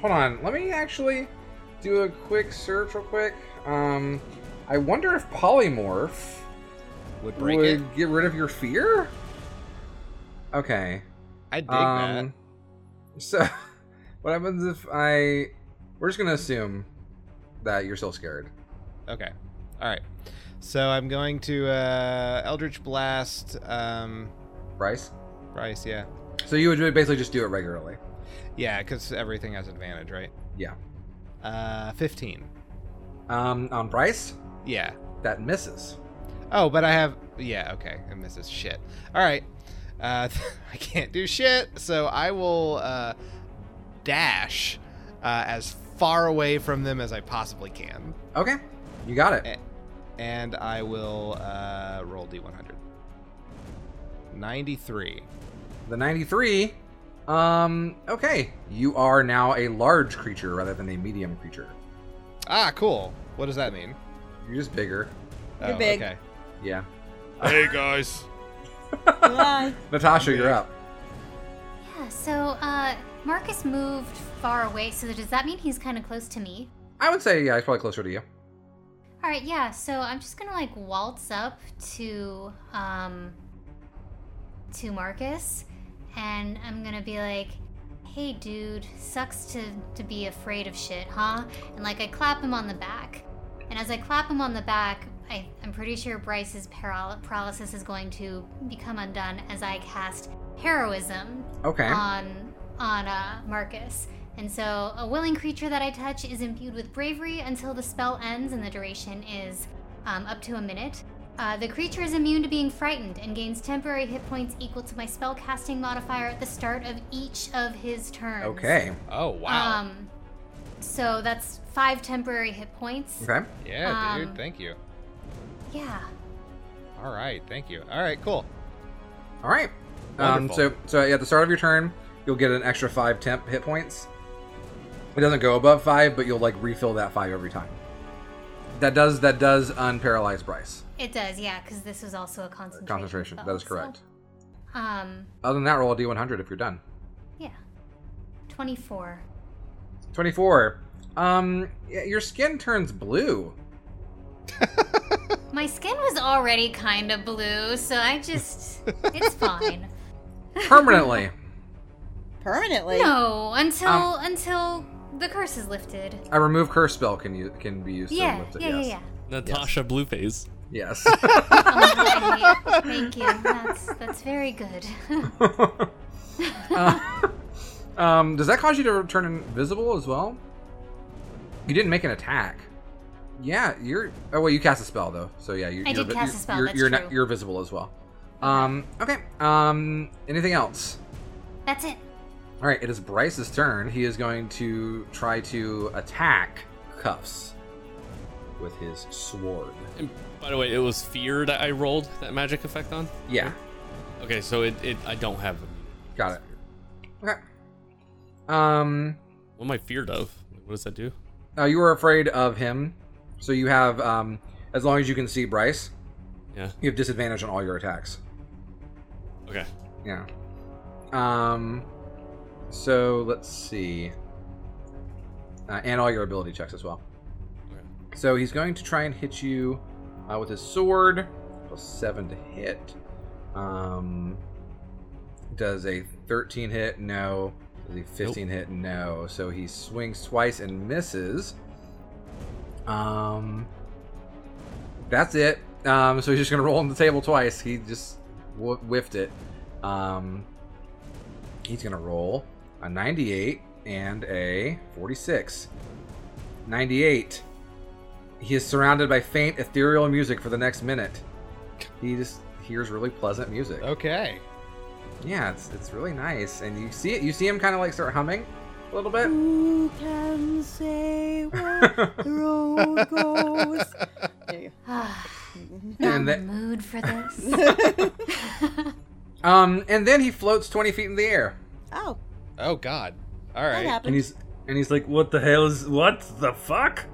Hold on. Let me actually do a quick search, real quick. Um. I wonder if polymorph Would break would it. get rid of your fear. Okay. I dig Um, So, what happens if I? We're just gonna assume that you're still scared. that. Okay. All right. So I'm going to uh, Eldritch Blast. Um, Bryce. Bryce, yeah. So you would basically just do it regularly. Yeah, because everything has advantage, right? Yeah. Uh, 15. Um, on Bryce, Yeah. that misses. Oh, but I have. Yeah, okay. I misses shit. All right. Uh, I can't do shit, so I will uh, dash uh, as far away from them as I possibly can. Okay, you got it. And I will uh, roll D100. 93. The 93. Um, okay. You are now a large creature rather than a medium creature. Ah, cool. What does that mean? Oh, You're just bigger. You're big. Okay. Yeah. Hey, guys. Why? Natasha, you're up. Yeah, so uh, Marcus moved far away, so does that mean he's kind of close to me? I would say, yeah, he's probably closer to you. All right, yeah. So I'm just gonna like waltz up to um to Marcus, and I'm gonna be like, "Hey, dude, sucks to to be afraid of shit, huh?" And like I clap him on the back, and as I clap him on the back, I, I'm pretty sure Bryce's paral- paralysis is going to become undone as I cast heroism Okay. on on uh, Marcus. And so, a willing creature that I touch is imbued with bravery until the spell ends, and the duration is um, up to a minute. Uh, the creature is immune to being frightened and gains temporary hit points equal to my spellcasting modifier at the start of each of his turns. okay. Oh, wow. Um, so that's five temporary hit points. Okay. yeah, um, dude. Thank you. Yeah. All right. Thank you. All right, cool. All right. Um, so, Wonderful. so at the start of your turn, you'll get an extra five temp hit points. It doesn't go above five, but you'll like refill that five every time. That does that does unparalyze Bryce. It does, yeah, because this was also a concentration. Concentration. spell, That is so, correct. um, Other than that, roll a d100 if you're done. yeah. 24. 24. Um, yeah, your skin turns blue. My skin was already kind of blue, so I just. It's fine. Permanently. Permanently. No, until Um, until the curse is lifted. A remove curse spell can you can be used to Yeah, lift it, yeah, yeah, yes. yeah. Natasha Blueface. Yes. Oh, thank- thank you. That's that's very good. Uh, um, does that cause you to turn invisible as well? You didn't make an attack. Yeah, you're. Oh well, you cast a spell though, so yeah, you. I you're, did cast a you're- spell, You're, that's you're, true. you're visible as well. Um. Okay. Um. Anything else? That's it. All right. It is Bryce's turn. He is going to try to attack Cuffs with his sword. And by the way, it was feared I rolled that magic effect on. Yeah. Okay, so it, it I don't have them. Got it. Okay. Um. What am I feared of? Like, What does that do? Uh, you were afraid of him, so you have um, as long as you can see Bryce, Yeah. you have disadvantage on all your attacks. Okay. Yeah. Um. So let's see. Uh, and all your ability checks as well. Okay. So he's going to try and hit you uh, with his sword. Plus seven to hit. Um. Does a 13 hit? No. Does a 15 hit? No. So he swings twice and misses. Um. That's it. Um. So he's just gonna roll on the table twice. He just wh- whiffed it. Um, he's going to roll a 98 and a 46. 98. He is surrounded by faint ethereal music for the next minute. He just hears really pleasant music. Okay. Yeah, it's, it's really nice, and you see it. You see him kind of like start humming a little bit. Who can say where the road goes? There you Not in And the that- mood for this. Um, and then he floats 20 feet in the air, Oh, Oh, God. All that right. and happened. he's and he's like, "What the hell is what the fuck?"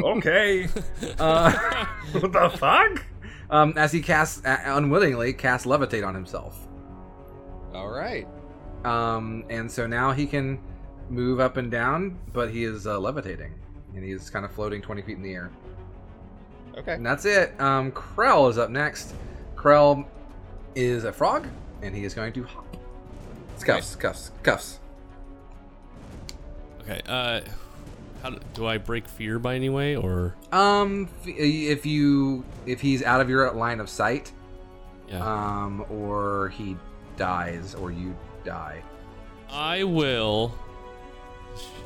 okay. Uh, what the fuck? Um, as he casts uh, unwillingly casts levitate on himself. All right. Um, and so now he can move up and down, but he is uh, levitating, and he is kind of floating twenty feet in the air. Okay. And that's it. Um, Krell is up next. Krell is a frog, and he is going to hop. It's cuffs, cuffs, cuffs. Okay. Uh, how do, do I break fear by any way, or Um, f- if you if he's out of your line of sight, yeah? Uh, um, or he dies, or you die. I will.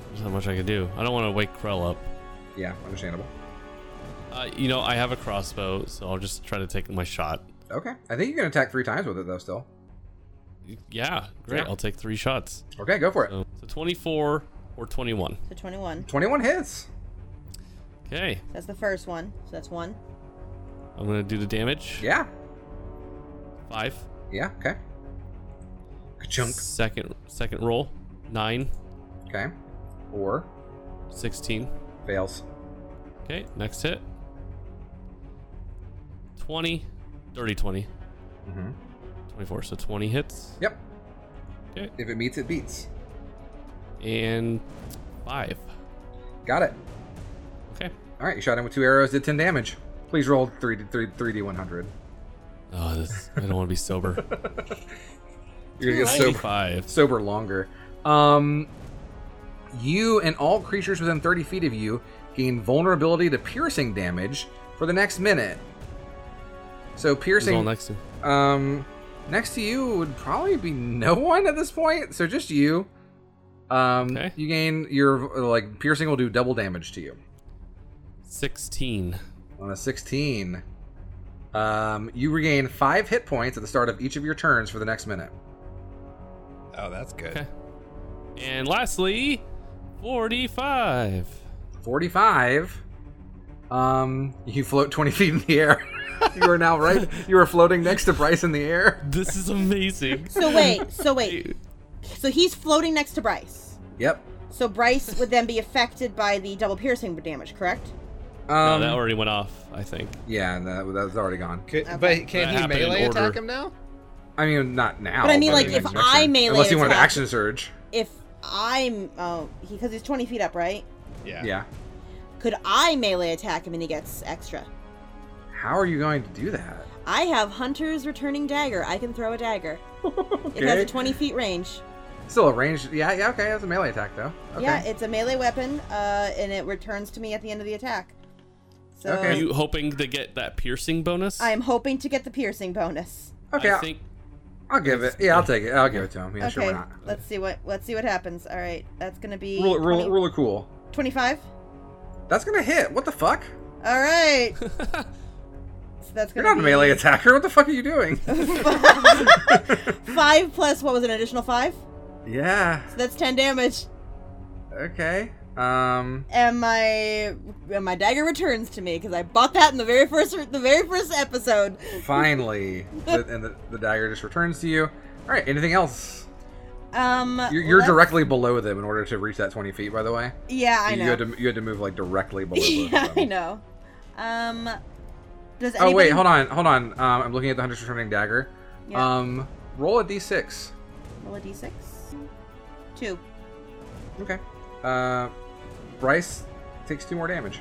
There's not much I can do. I don't want to wake Krell up. Yeah, understandable. Uh, you know, I have a crossbow, so I'll just try to take my shot. Okay. I think you can attack three times with it though. Still. Yeah, great. Yeah. I'll take three shots. Okay, go for it. So, so 24 or 21. So 21. Twenty-one hits. Okay, That's the first one. So that's one. I'm gonna do the damage. Yeah. Five. Yeah. Okay. Chunk. Second second roll. Nine. Okay. Or 16. fails. Okay, next hit. 20. Dirty 20. Mm-hmm. 24. So 20 hits. Yep. Okay. If it meets, it beats. And five. Got it. Okay. All right. You shot him with two arrows. Did ten damage. Please roll three d three three d one hundred. Oh, this, I don't want to be sober. You're gonna get sober. 95. sober longer. Um, you and all creatures within 30 feet of you gain vulnerability to piercing damage for the next minute. So Who's all piercing, next to me? um, next to you would probably be no one at this point. So just you. Um, Okay. you gain your like piercing will do double damage to you 16. on a 16. Um, you regain five hit points at the start of each of your turns for the next minute. Oh, that's good. Okay. And lastly, 45. 45 um you float 20 feet in the air you are now right you are floating next to bryce in the air This is amazing. So wait. So wait. So he's floating next to Bryce. yep So Bryce would then be affected by the double piercing damage, correct? No, um that already went off, I think. yeah and that, that's already gone Could, Okay. But can That he happened in melee attack order. him now? i mean not now But I mean, like, next- if next I turn. melee unless you wanted to attack- action surge If I'm oh he because he's twenty feet up, right? Yeah. yeah Could I melee attack him and he gets extra? how are you going to do that I have Hunter's Returning Dagger. I can throw a dagger. It has Okay. a 20 feet range. still a ranged yeah yeah okay that's a melee attack though okay Yeah, it's a melee weapon, uh, and it returns to me at the end of the attack. So Are Okay. you hoping to get that piercing bonus? I am hoping to get the piercing bonus. okay I I'll, think I'll give it yeah i'll take it i'll give it to him yeah sure why okay, not let's see what let's see what happens. All right, that's gonna be rule, rule, 20 rule of cool 25. that's gonna hit what the fuck All right. so that's you're not gonna be a melee attacker what the fuck are you doing five plus what was it, an additional five? yeah So that's 10 damage, okay um and my and my dagger returns to me because I bought that in the very first the very first episode. Finally, the, and the, the dagger just returns to you. All right. Anything else? Um, You're, you're let's- directly below them in order to reach that 20 feet. By the way, Yeah, I you know. had to you had to move like directly below. both yeah, of them. I know. Um, does Oh wait, anybody- hold on, hold on. Um, I'm looking at the hunter's returning dagger. Yeah. Um, roll a d6. Roll a d6. Two. Okay. Uh, Bryce takes two more damage.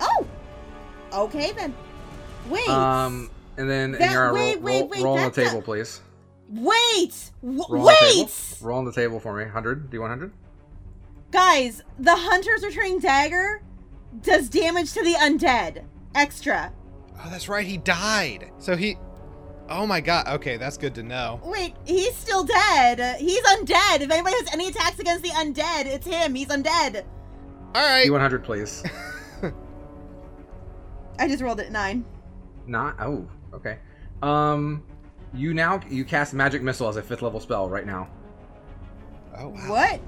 Oh. Okay then. Wait. Um, and then That- Inara, roll, wait, wait, roll, wait, roll on the that's a- table, please. wait. W- Roll On the wait, table. Roll on the table for me. 100. Do 100. guys. The hunter's returning dagger does damage to the undead. Extra. Oh, that's right. He died. So he. Oh my god. Okay, that's good to know. Wait, he's still dead. He's undead. If anybody has any attacks against the undead, it's him. He's undead. All right. Do 100, please. I just rolled it nine. Not oh, okay. Um you now you cast magic missile as a fifth level spell right now. Oh wow. What?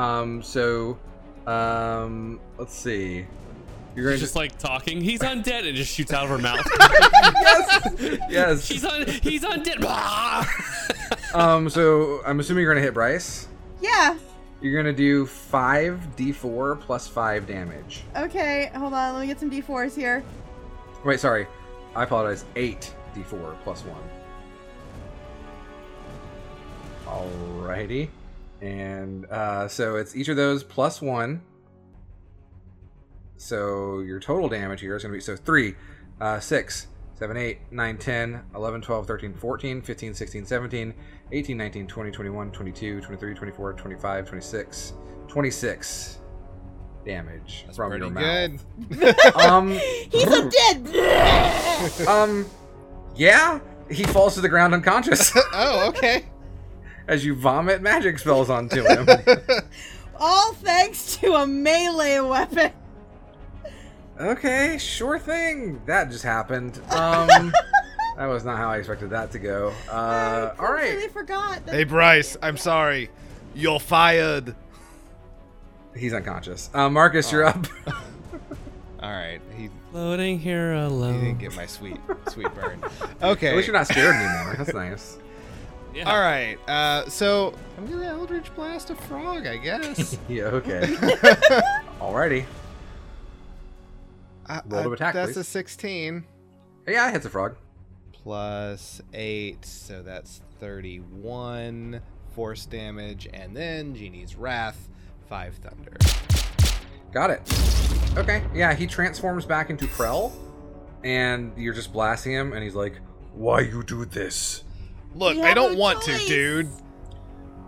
Um so um let's see. You're she's gonna just like talking. He's undead and just shoots out of her mouth. yes. he's on. He's undead. Blah! Um so I'm assuming you're gonna hit Bryce. Yeah. You're gonna do five D four plus five damage. Okay. Hold on. Let me get some d4s here. Wait, sorry. I apologize. Eight D four plus one. Alrighty. And uh, so it's each of those plus one. So your total damage here is going to be so 3, uh, 6, 7, 8, 9, 10, 11, 12, 13, 14, 15, 16, 17, 18, 19, 20, 21, 22, 23, 24, 25, 26, 26 damage That's from pretty your good. mouth. Um, He's undead. um, yeah, he falls to the ground unconscious. oh, okay. as you vomit magic spells onto him. All thanks to a melee weapon. okay, sure thing. That just happened. Um, that was not how I expected that to go. Uh, all Really right. forgot. that- Hey, Bryce, I'm sorry. You're fired. He's unconscious. Uh, Marcus, you're up. All right. He, Floating here he alone. didn't get my sweet, sweet burn. Okay. At least you're not scared anymore. That's nice. Yeah. All right. Uh, so I'm gonna Eldritch Blast a frog, I guess. Yeah, okay. Alrighty. I- Roll to I- attack, Uh, That's please. a 16 Yeah, it hits a frog. plus eight, so that's 31 force damage, and then Genie's Wrath, five thunder. Got it. Okay. Yeah, he transforms back into Krell, and you're just blasting him, and he's like, "Why you do this? Look, You I have don't no want to, choice. dude.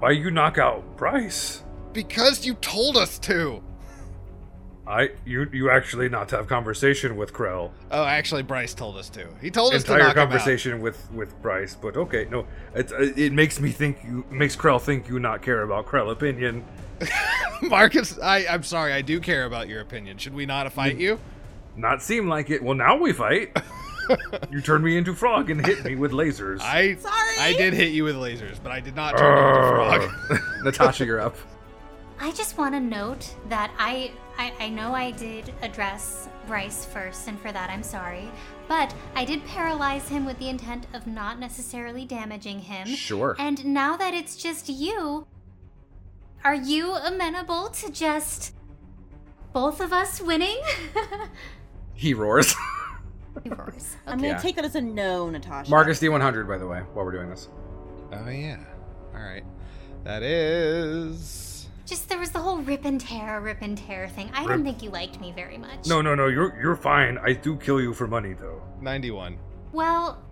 Why you knock out Bryce? Because you told us to. I you you actually not have conversation with Krell. Oh, actually, Bryce told us to. He told us to Entire knock him out. conversation with with Bryce, but okay, no, it it makes me think you makes Krell think you not care about Krell opinion. Marcus, I, I'm sorry, I do care about your opinion. Should we not Mm. fight you? Not seem like it. Well, now we fight. you turned me into frog and hit me with lasers. I Sorry. I did hit you with lasers, but I did not turn you into a frog. Natasha, you're up. I just want to note that I, I I know I did address Bryce first, and for that I'm sorry. But I did paralyze him with the intent of not necessarily damaging him. Sure. And now that it's just you, are you amenable to just both of us winning? He roars. He roars. I'm gonna Yeah. take that as a no, Natasha. Marcus D100, by the way, while we're doing this. Oh yeah. All right. That is. Just there was the whole rip and tear, rip and tear thing. I Rip. don't think you liked me very much. No, no, no. You're you're fine. I do kill you for money, though. 91. Well,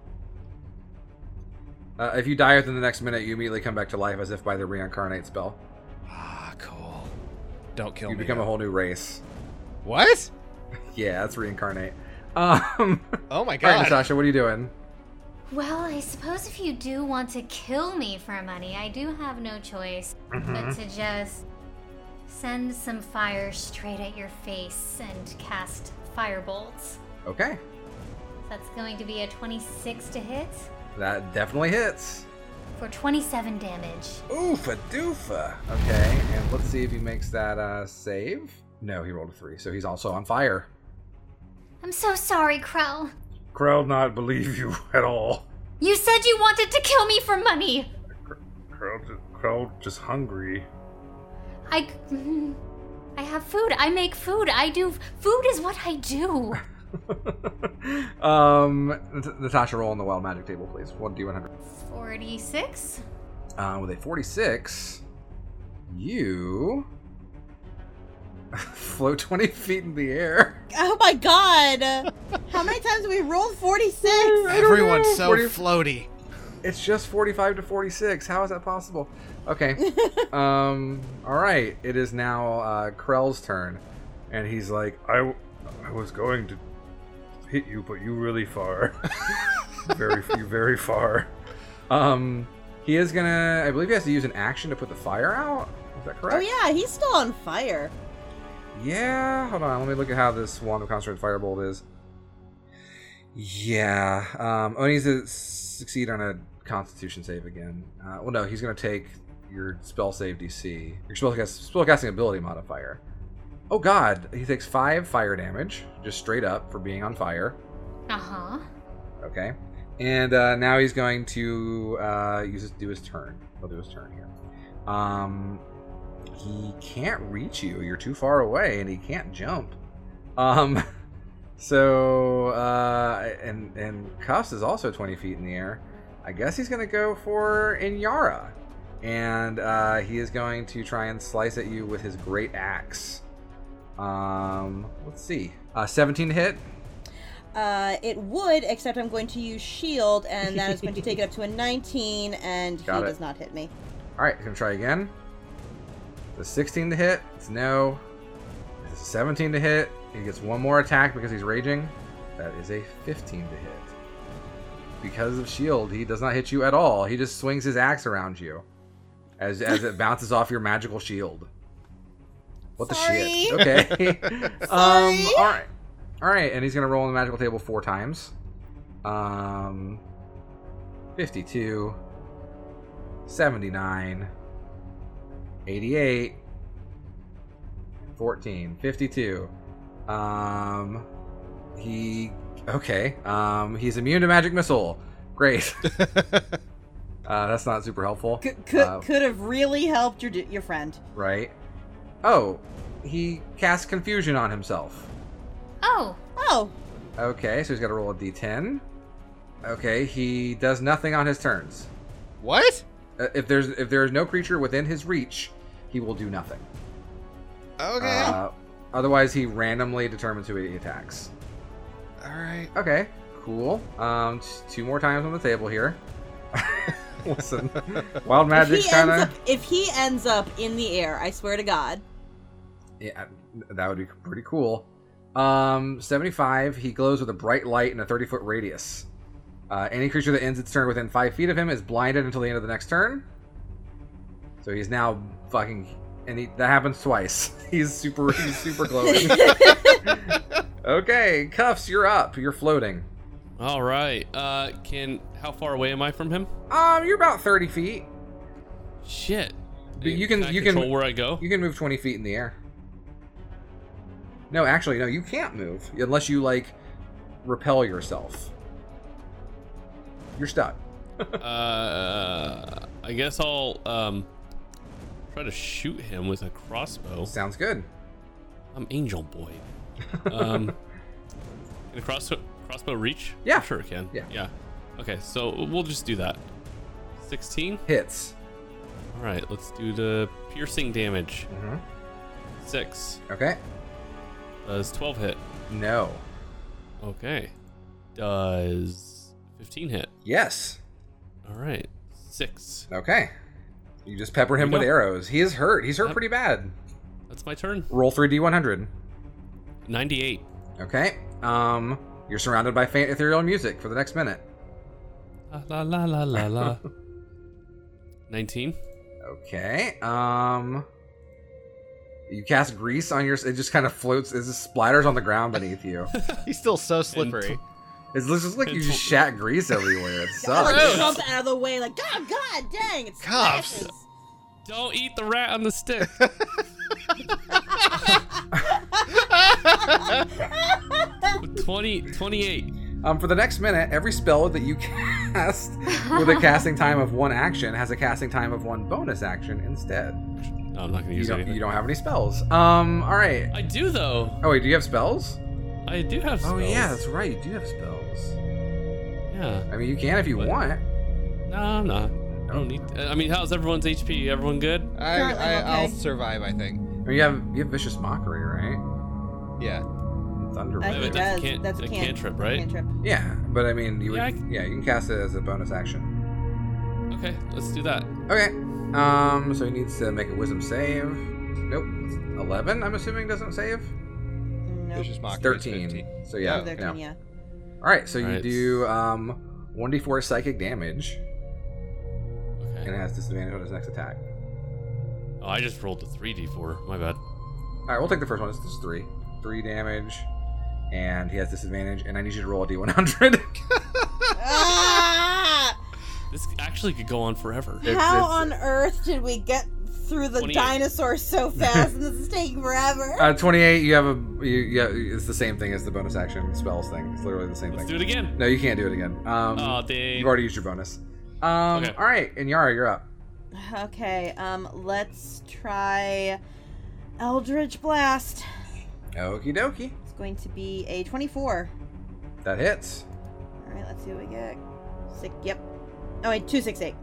Uh, if you die within the next minute, you immediately come back to life as if by the reincarnate spell. Ah, cool. Don't kill You me. become a whole new race. What? Yeah, that's reincarnate. Um, Oh my all right, god. Natasha, what are you doing? well, I suppose if you do want to kill me for money, I do have no choice but to just send some fire straight at your face and cast firebolts. Okay, That's going to be a 26 to hit that definitely hits. for 27 damage. Oofa doofa. Okay, and let's see if he makes that uh, save. No, he rolled a three, so he's also on fire. I'm so sorry, Krell. Krell not believe you at all. You said you wanted to kill me for money. Krell just, Krell just hungry. I mm, I have food. I make food. I do food is what I do. um, Nat- Natasha, roll on the wild magic table, please. One d100. 46. Uh, with a 46, you float 20 feet in the air. Oh my god! How many times have we rolled 46? Everyone's so What do you- floaty. It's just 45 to 46. How is that possible? Okay. um, all right. It is now uh, Krell's turn. And he's like, I, w- I was going to hit you, but you really far. very you very far. um, he is going to, I believe he has to use an action to put the fire out. Is that correct? Oh yeah, he's still on fire. Yeah, hold on. Let me look at how this Wand of Concentrated Firebolt is. Yeah, um, oh, he needs to succeed on a Constitution save again. Uh, well, no, he's going to take your spell save DC, your spell cast, spellcasting ability modifier. Oh God, he takes five fire damage, just straight up for being on fire. Uh-huh. Okay, and uh, now he's going to uh, use his, do his turn. He'll do his turn here. Um, he can't reach you. You're too far away, and he can't jump. Um, so uh, and and Cuffs is also 20 feet in the air. I guess he's gonna go for Inyara, and uh, he is going to try and slice at you with his great axe. Um, let's see. Uh, 17 to hit. Uh, it would, except I'm going to use shield, and that is going to take it up to a 19, and Got he it. does not hit me. All right, gonna try again. The 16 to hit, it's no. The 17 to hit, he gets one more attack because he's raging. That is a 15 to hit. Because of shield, he does not hit you at all. He just swings his axe around you. as as it bounces off your magical shield. What Sorry. the shit? Okay. um. All Sorry. right. All right, and he's gonna roll on the magical table four times. Um. 52, 79, 88, 14, 52. Um, he okay. Um, he's immune to magic missile. Great. uh, that's not super helpful, Could could, Uh, could have really helped your d- your friend. right? Oh, he casts confusion on himself. Oh, Oh, Okay, so he's got to roll a d10. Okay, he does nothing on his turns. What? Uh, if there's if there is no creature within his reach, he will do nothing. Okay. Uh, otherwise, he randomly determines who he attacks. All right. Okay, cool. Um, t- two more times on the table here. Listen, wild if magic's he, ends kind up, of if he ends up in the air, I swear to God. yeah, that would be pretty cool. Um, seventy-five. He glows with a bright light in a thirty-foot radius. Uh, any creature that ends its turn within five feet of him is blinded until the end of the next turn. So he's now fucking, and he, that happens twice. He's super, he's super glowing. okay, cuffs, you're up. You're floating. All right. Uh, can how far away am I from him? Um, you're about thirty feet. Shit. But you can- I you can- control where I go. You can move 20 feet in the air. No, actually, no, you can't move unless you, like, repel yourself. You're stuck. Uh, I guess I'll um try to shoot him with a crossbow. Sounds good. I'm Angel Boy. Um, can a crossbow crossbow reach? Yeah. sure it can. Yeah. yeah. Okay, so we'll just do that. Sixteen. Hits. All right, let's do the piercing damage. Mhm. Six. Okay? Does twelve hit? No. Okay. Does fifteen hit? Yes. All right. Six. Okay. You just pepper him There with you go. arrows. He is hurt. He's hurt Yep. pretty bad. That's my turn. Roll 3d100. Ninety-eight. Okay. Um, you're surrounded by faint ethereal music for the next minute. La la la la la la. Nineteen. Okay. Um, you cast grease on your. It just kind of floats. It just splatters on the ground beneath you. He's still so slippery. It's just like you just shat grease everywhere. It I like sucks. jump out of the way, like God, God, dang! It's Cuffs. Don't eat the rat on the stick. Twenty. Twenty-eight. Um, for the next minute, every spell that you cast with a casting time of one action has a casting time of one bonus action instead. No, I'm not gonna You use don't, anything. you don't have any spells. Um, all right. I do though. Oh wait, do you have spells? I do have. Oh Spells. yeah, that's right. You do have spells. Yeah. I mean, you can if you What? want. No, I'm not. I don't need. I mean, how's everyone's HP? Everyone Uh, good? I, Currently, I, I'll okay. survive, I think. I mean, you have you have vicious mockery, right? Yeah. Thunder. I Yeah, Wave. but think it that's a does. can- that's a a can- cantrip, right? Cantrip. Yeah, but I mean, you would, Yeah, yeah, I- you can cast it as a bonus action. Okay, let's do that. Okay. Um, so he needs to make a wisdom save. Nope. Eleven, I'm assuming, doesn't save. Nope. Vicious It's mockery is Thirteen. 15. So yeah. Oh, They're- no. yeah. All right. So you Alright. do um one d four psychic damage, and it Okay. has disadvantage on his next attack. Oh, I just rolled a three d4. My bad. All right, we'll take the first one. It's just three, three damage, and he has disadvantage. And I need you to roll a d100. It's- Ah! This actually could go on forever. How it's- on earth did we get through the 28. dinosaurs so fast? and this is taking forever. Uh, 28. You have a. You, yeah. It's the same thing as the bonus action spells thing. It's literally the same Let's thing. do it again. No, you can't do it again. Um, Oh, dang. You've already used your bonus. Um, Okay. All right, and Yara, you're up. okay. Um. Let's try Eldridge Blast. Okie dokie. It's going to be a twenty-four. That hits. All right. Let's see what we get. Six. Yep. Oh wait, two six eight.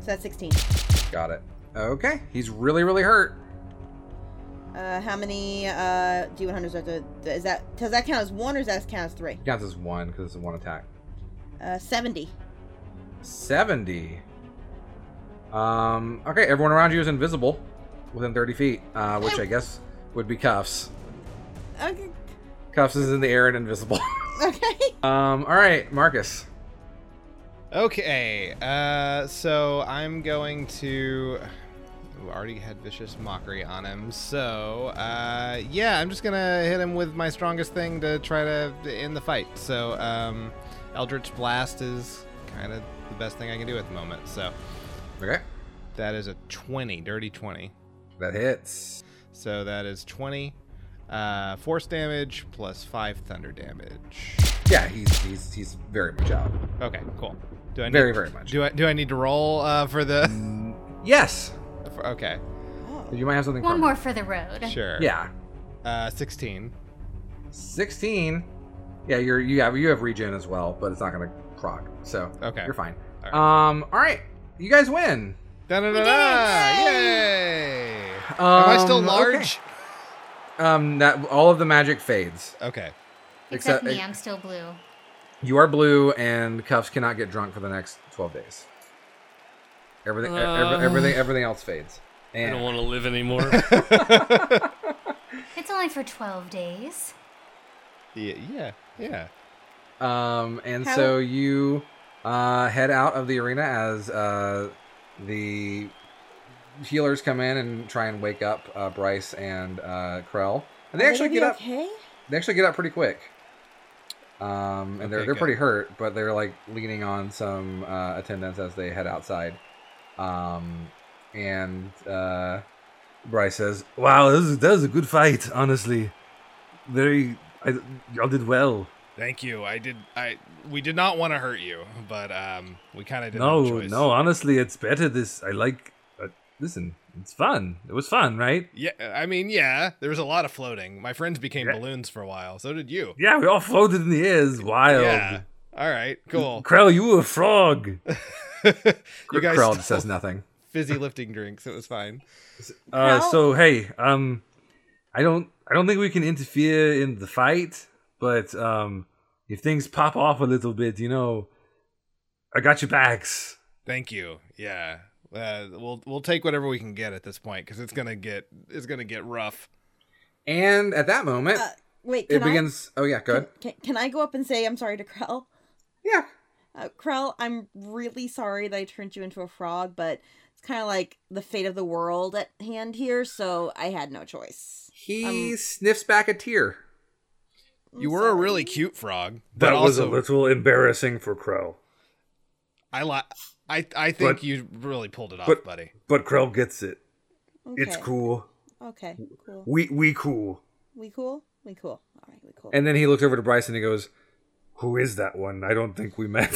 So that's sixteen. Got it. Okay. He's really, really hurt. Uh, how many uh D100s are the? Is that does that count as one or does that count as three? Counts as one because it's a one attack. Uh, seventy. 70. Um, okay, everyone around you is invisible within 30 feet, uh, which I guess would be Cuffs. Okay. Cuffs is in the air and invisible. Okay. um, all right, Marcus. Okay, uh, so I'm going to. Ooh, already had vicious mockery on him, so uh, yeah, I'm just gonna hit him with my strongest thing to try to end the fight. So um, Eldritch Blast is kind of the best thing I can do at the moment. So Okay. that is a 20, dirty 20. That hits. So that is 20 uh, force damage plus five thunder damage. Yeah, he's he's he's very much out. Okay, cool. Do I need, Very, Mm. very much. Do I do I need to roll uh, for the? Yes. For, okay, You might have something. One for- more for the road. sure. Yeah. Uh, 16. Sixteen. Yeah, you're you have you have regen as well, but it's not gonna proc. So Okay. you're fine. All Um. All right. You guys win. Da da da da! Yay! Um, Am I still okay. large? Um. That all of the magic fades. Okay. Except, Except- me, I'm still blue. You are blue, and cuffs cannot get drunk for the next twelve days. Everything, e- Uh. ev- everything, everything else fades. I And don't want to live anymore. It's only for 12 days. Yeah, yeah, yeah. Um, and How- so you uh, head out of the arena as uh, the healers come in and try and wake up uh, Bryce and uh, Krell, and they Are actually gonna be get up. Okay. They actually get up pretty quick. Um, and they're Okay, they're good. pretty hurt, but they're like leaning on some uh, attendants as they head outside. Um, and uh, Bryce says, Wow, that was, that was a good fight, honestly. Very, I, y'all did well. Thank you. I did. I we did not want to hurt you, but um, we kind of did. no, have a choice. no, honestly, it's better this. I like. Uh, listen, it's fun. It was fun, right? Yeah, I mean, yeah. There was a lot of floating. My friends became Yeah. balloons for a while. So did you. Yeah, we all floated in the air. It's wild. Yeah. All right. Cool. Krell, you were a frog. you guys Krell stole just says nothing. fizzy lifting drinks. It was fine. Uh, Krell- so hey, um, I don't, I don't think we can interfere in the fight, but um, if things pop off a little bit, you know, I got your backs. Thank you. Yeah. Uh, we'll we'll take whatever we can get at this point because it's gonna get it's gonna get rough. And at that moment, Uh, wait. Can it begins. Oh yeah, go I, ahead. can, can, can I go up and say I'm sorry to Krell? Yeah. Uh, Krell, I'm really sorry that I turned you into a frog, but it's kind of like the fate of the world at hand here, so I had no choice. He Um, sniffs back a tear. I'm you were a sorry. really cute frog, but That was a also little embarrassing for Krell, I li- I I think But- you really pulled it off, but- buddy. but Krell gets it. It's Okay. cool. Okay, cool. We we cool. We cool? We cool. All right, we cool. And then he looks over to Bryce and he goes, Who is that one? I don't think we met.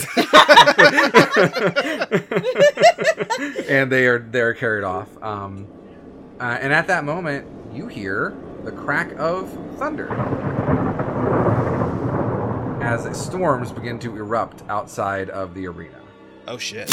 and they are they are carried off. Um, uh, and at that moment, you hear the crack of thunder as storms begin to erupt outside of the arena. Oh shit!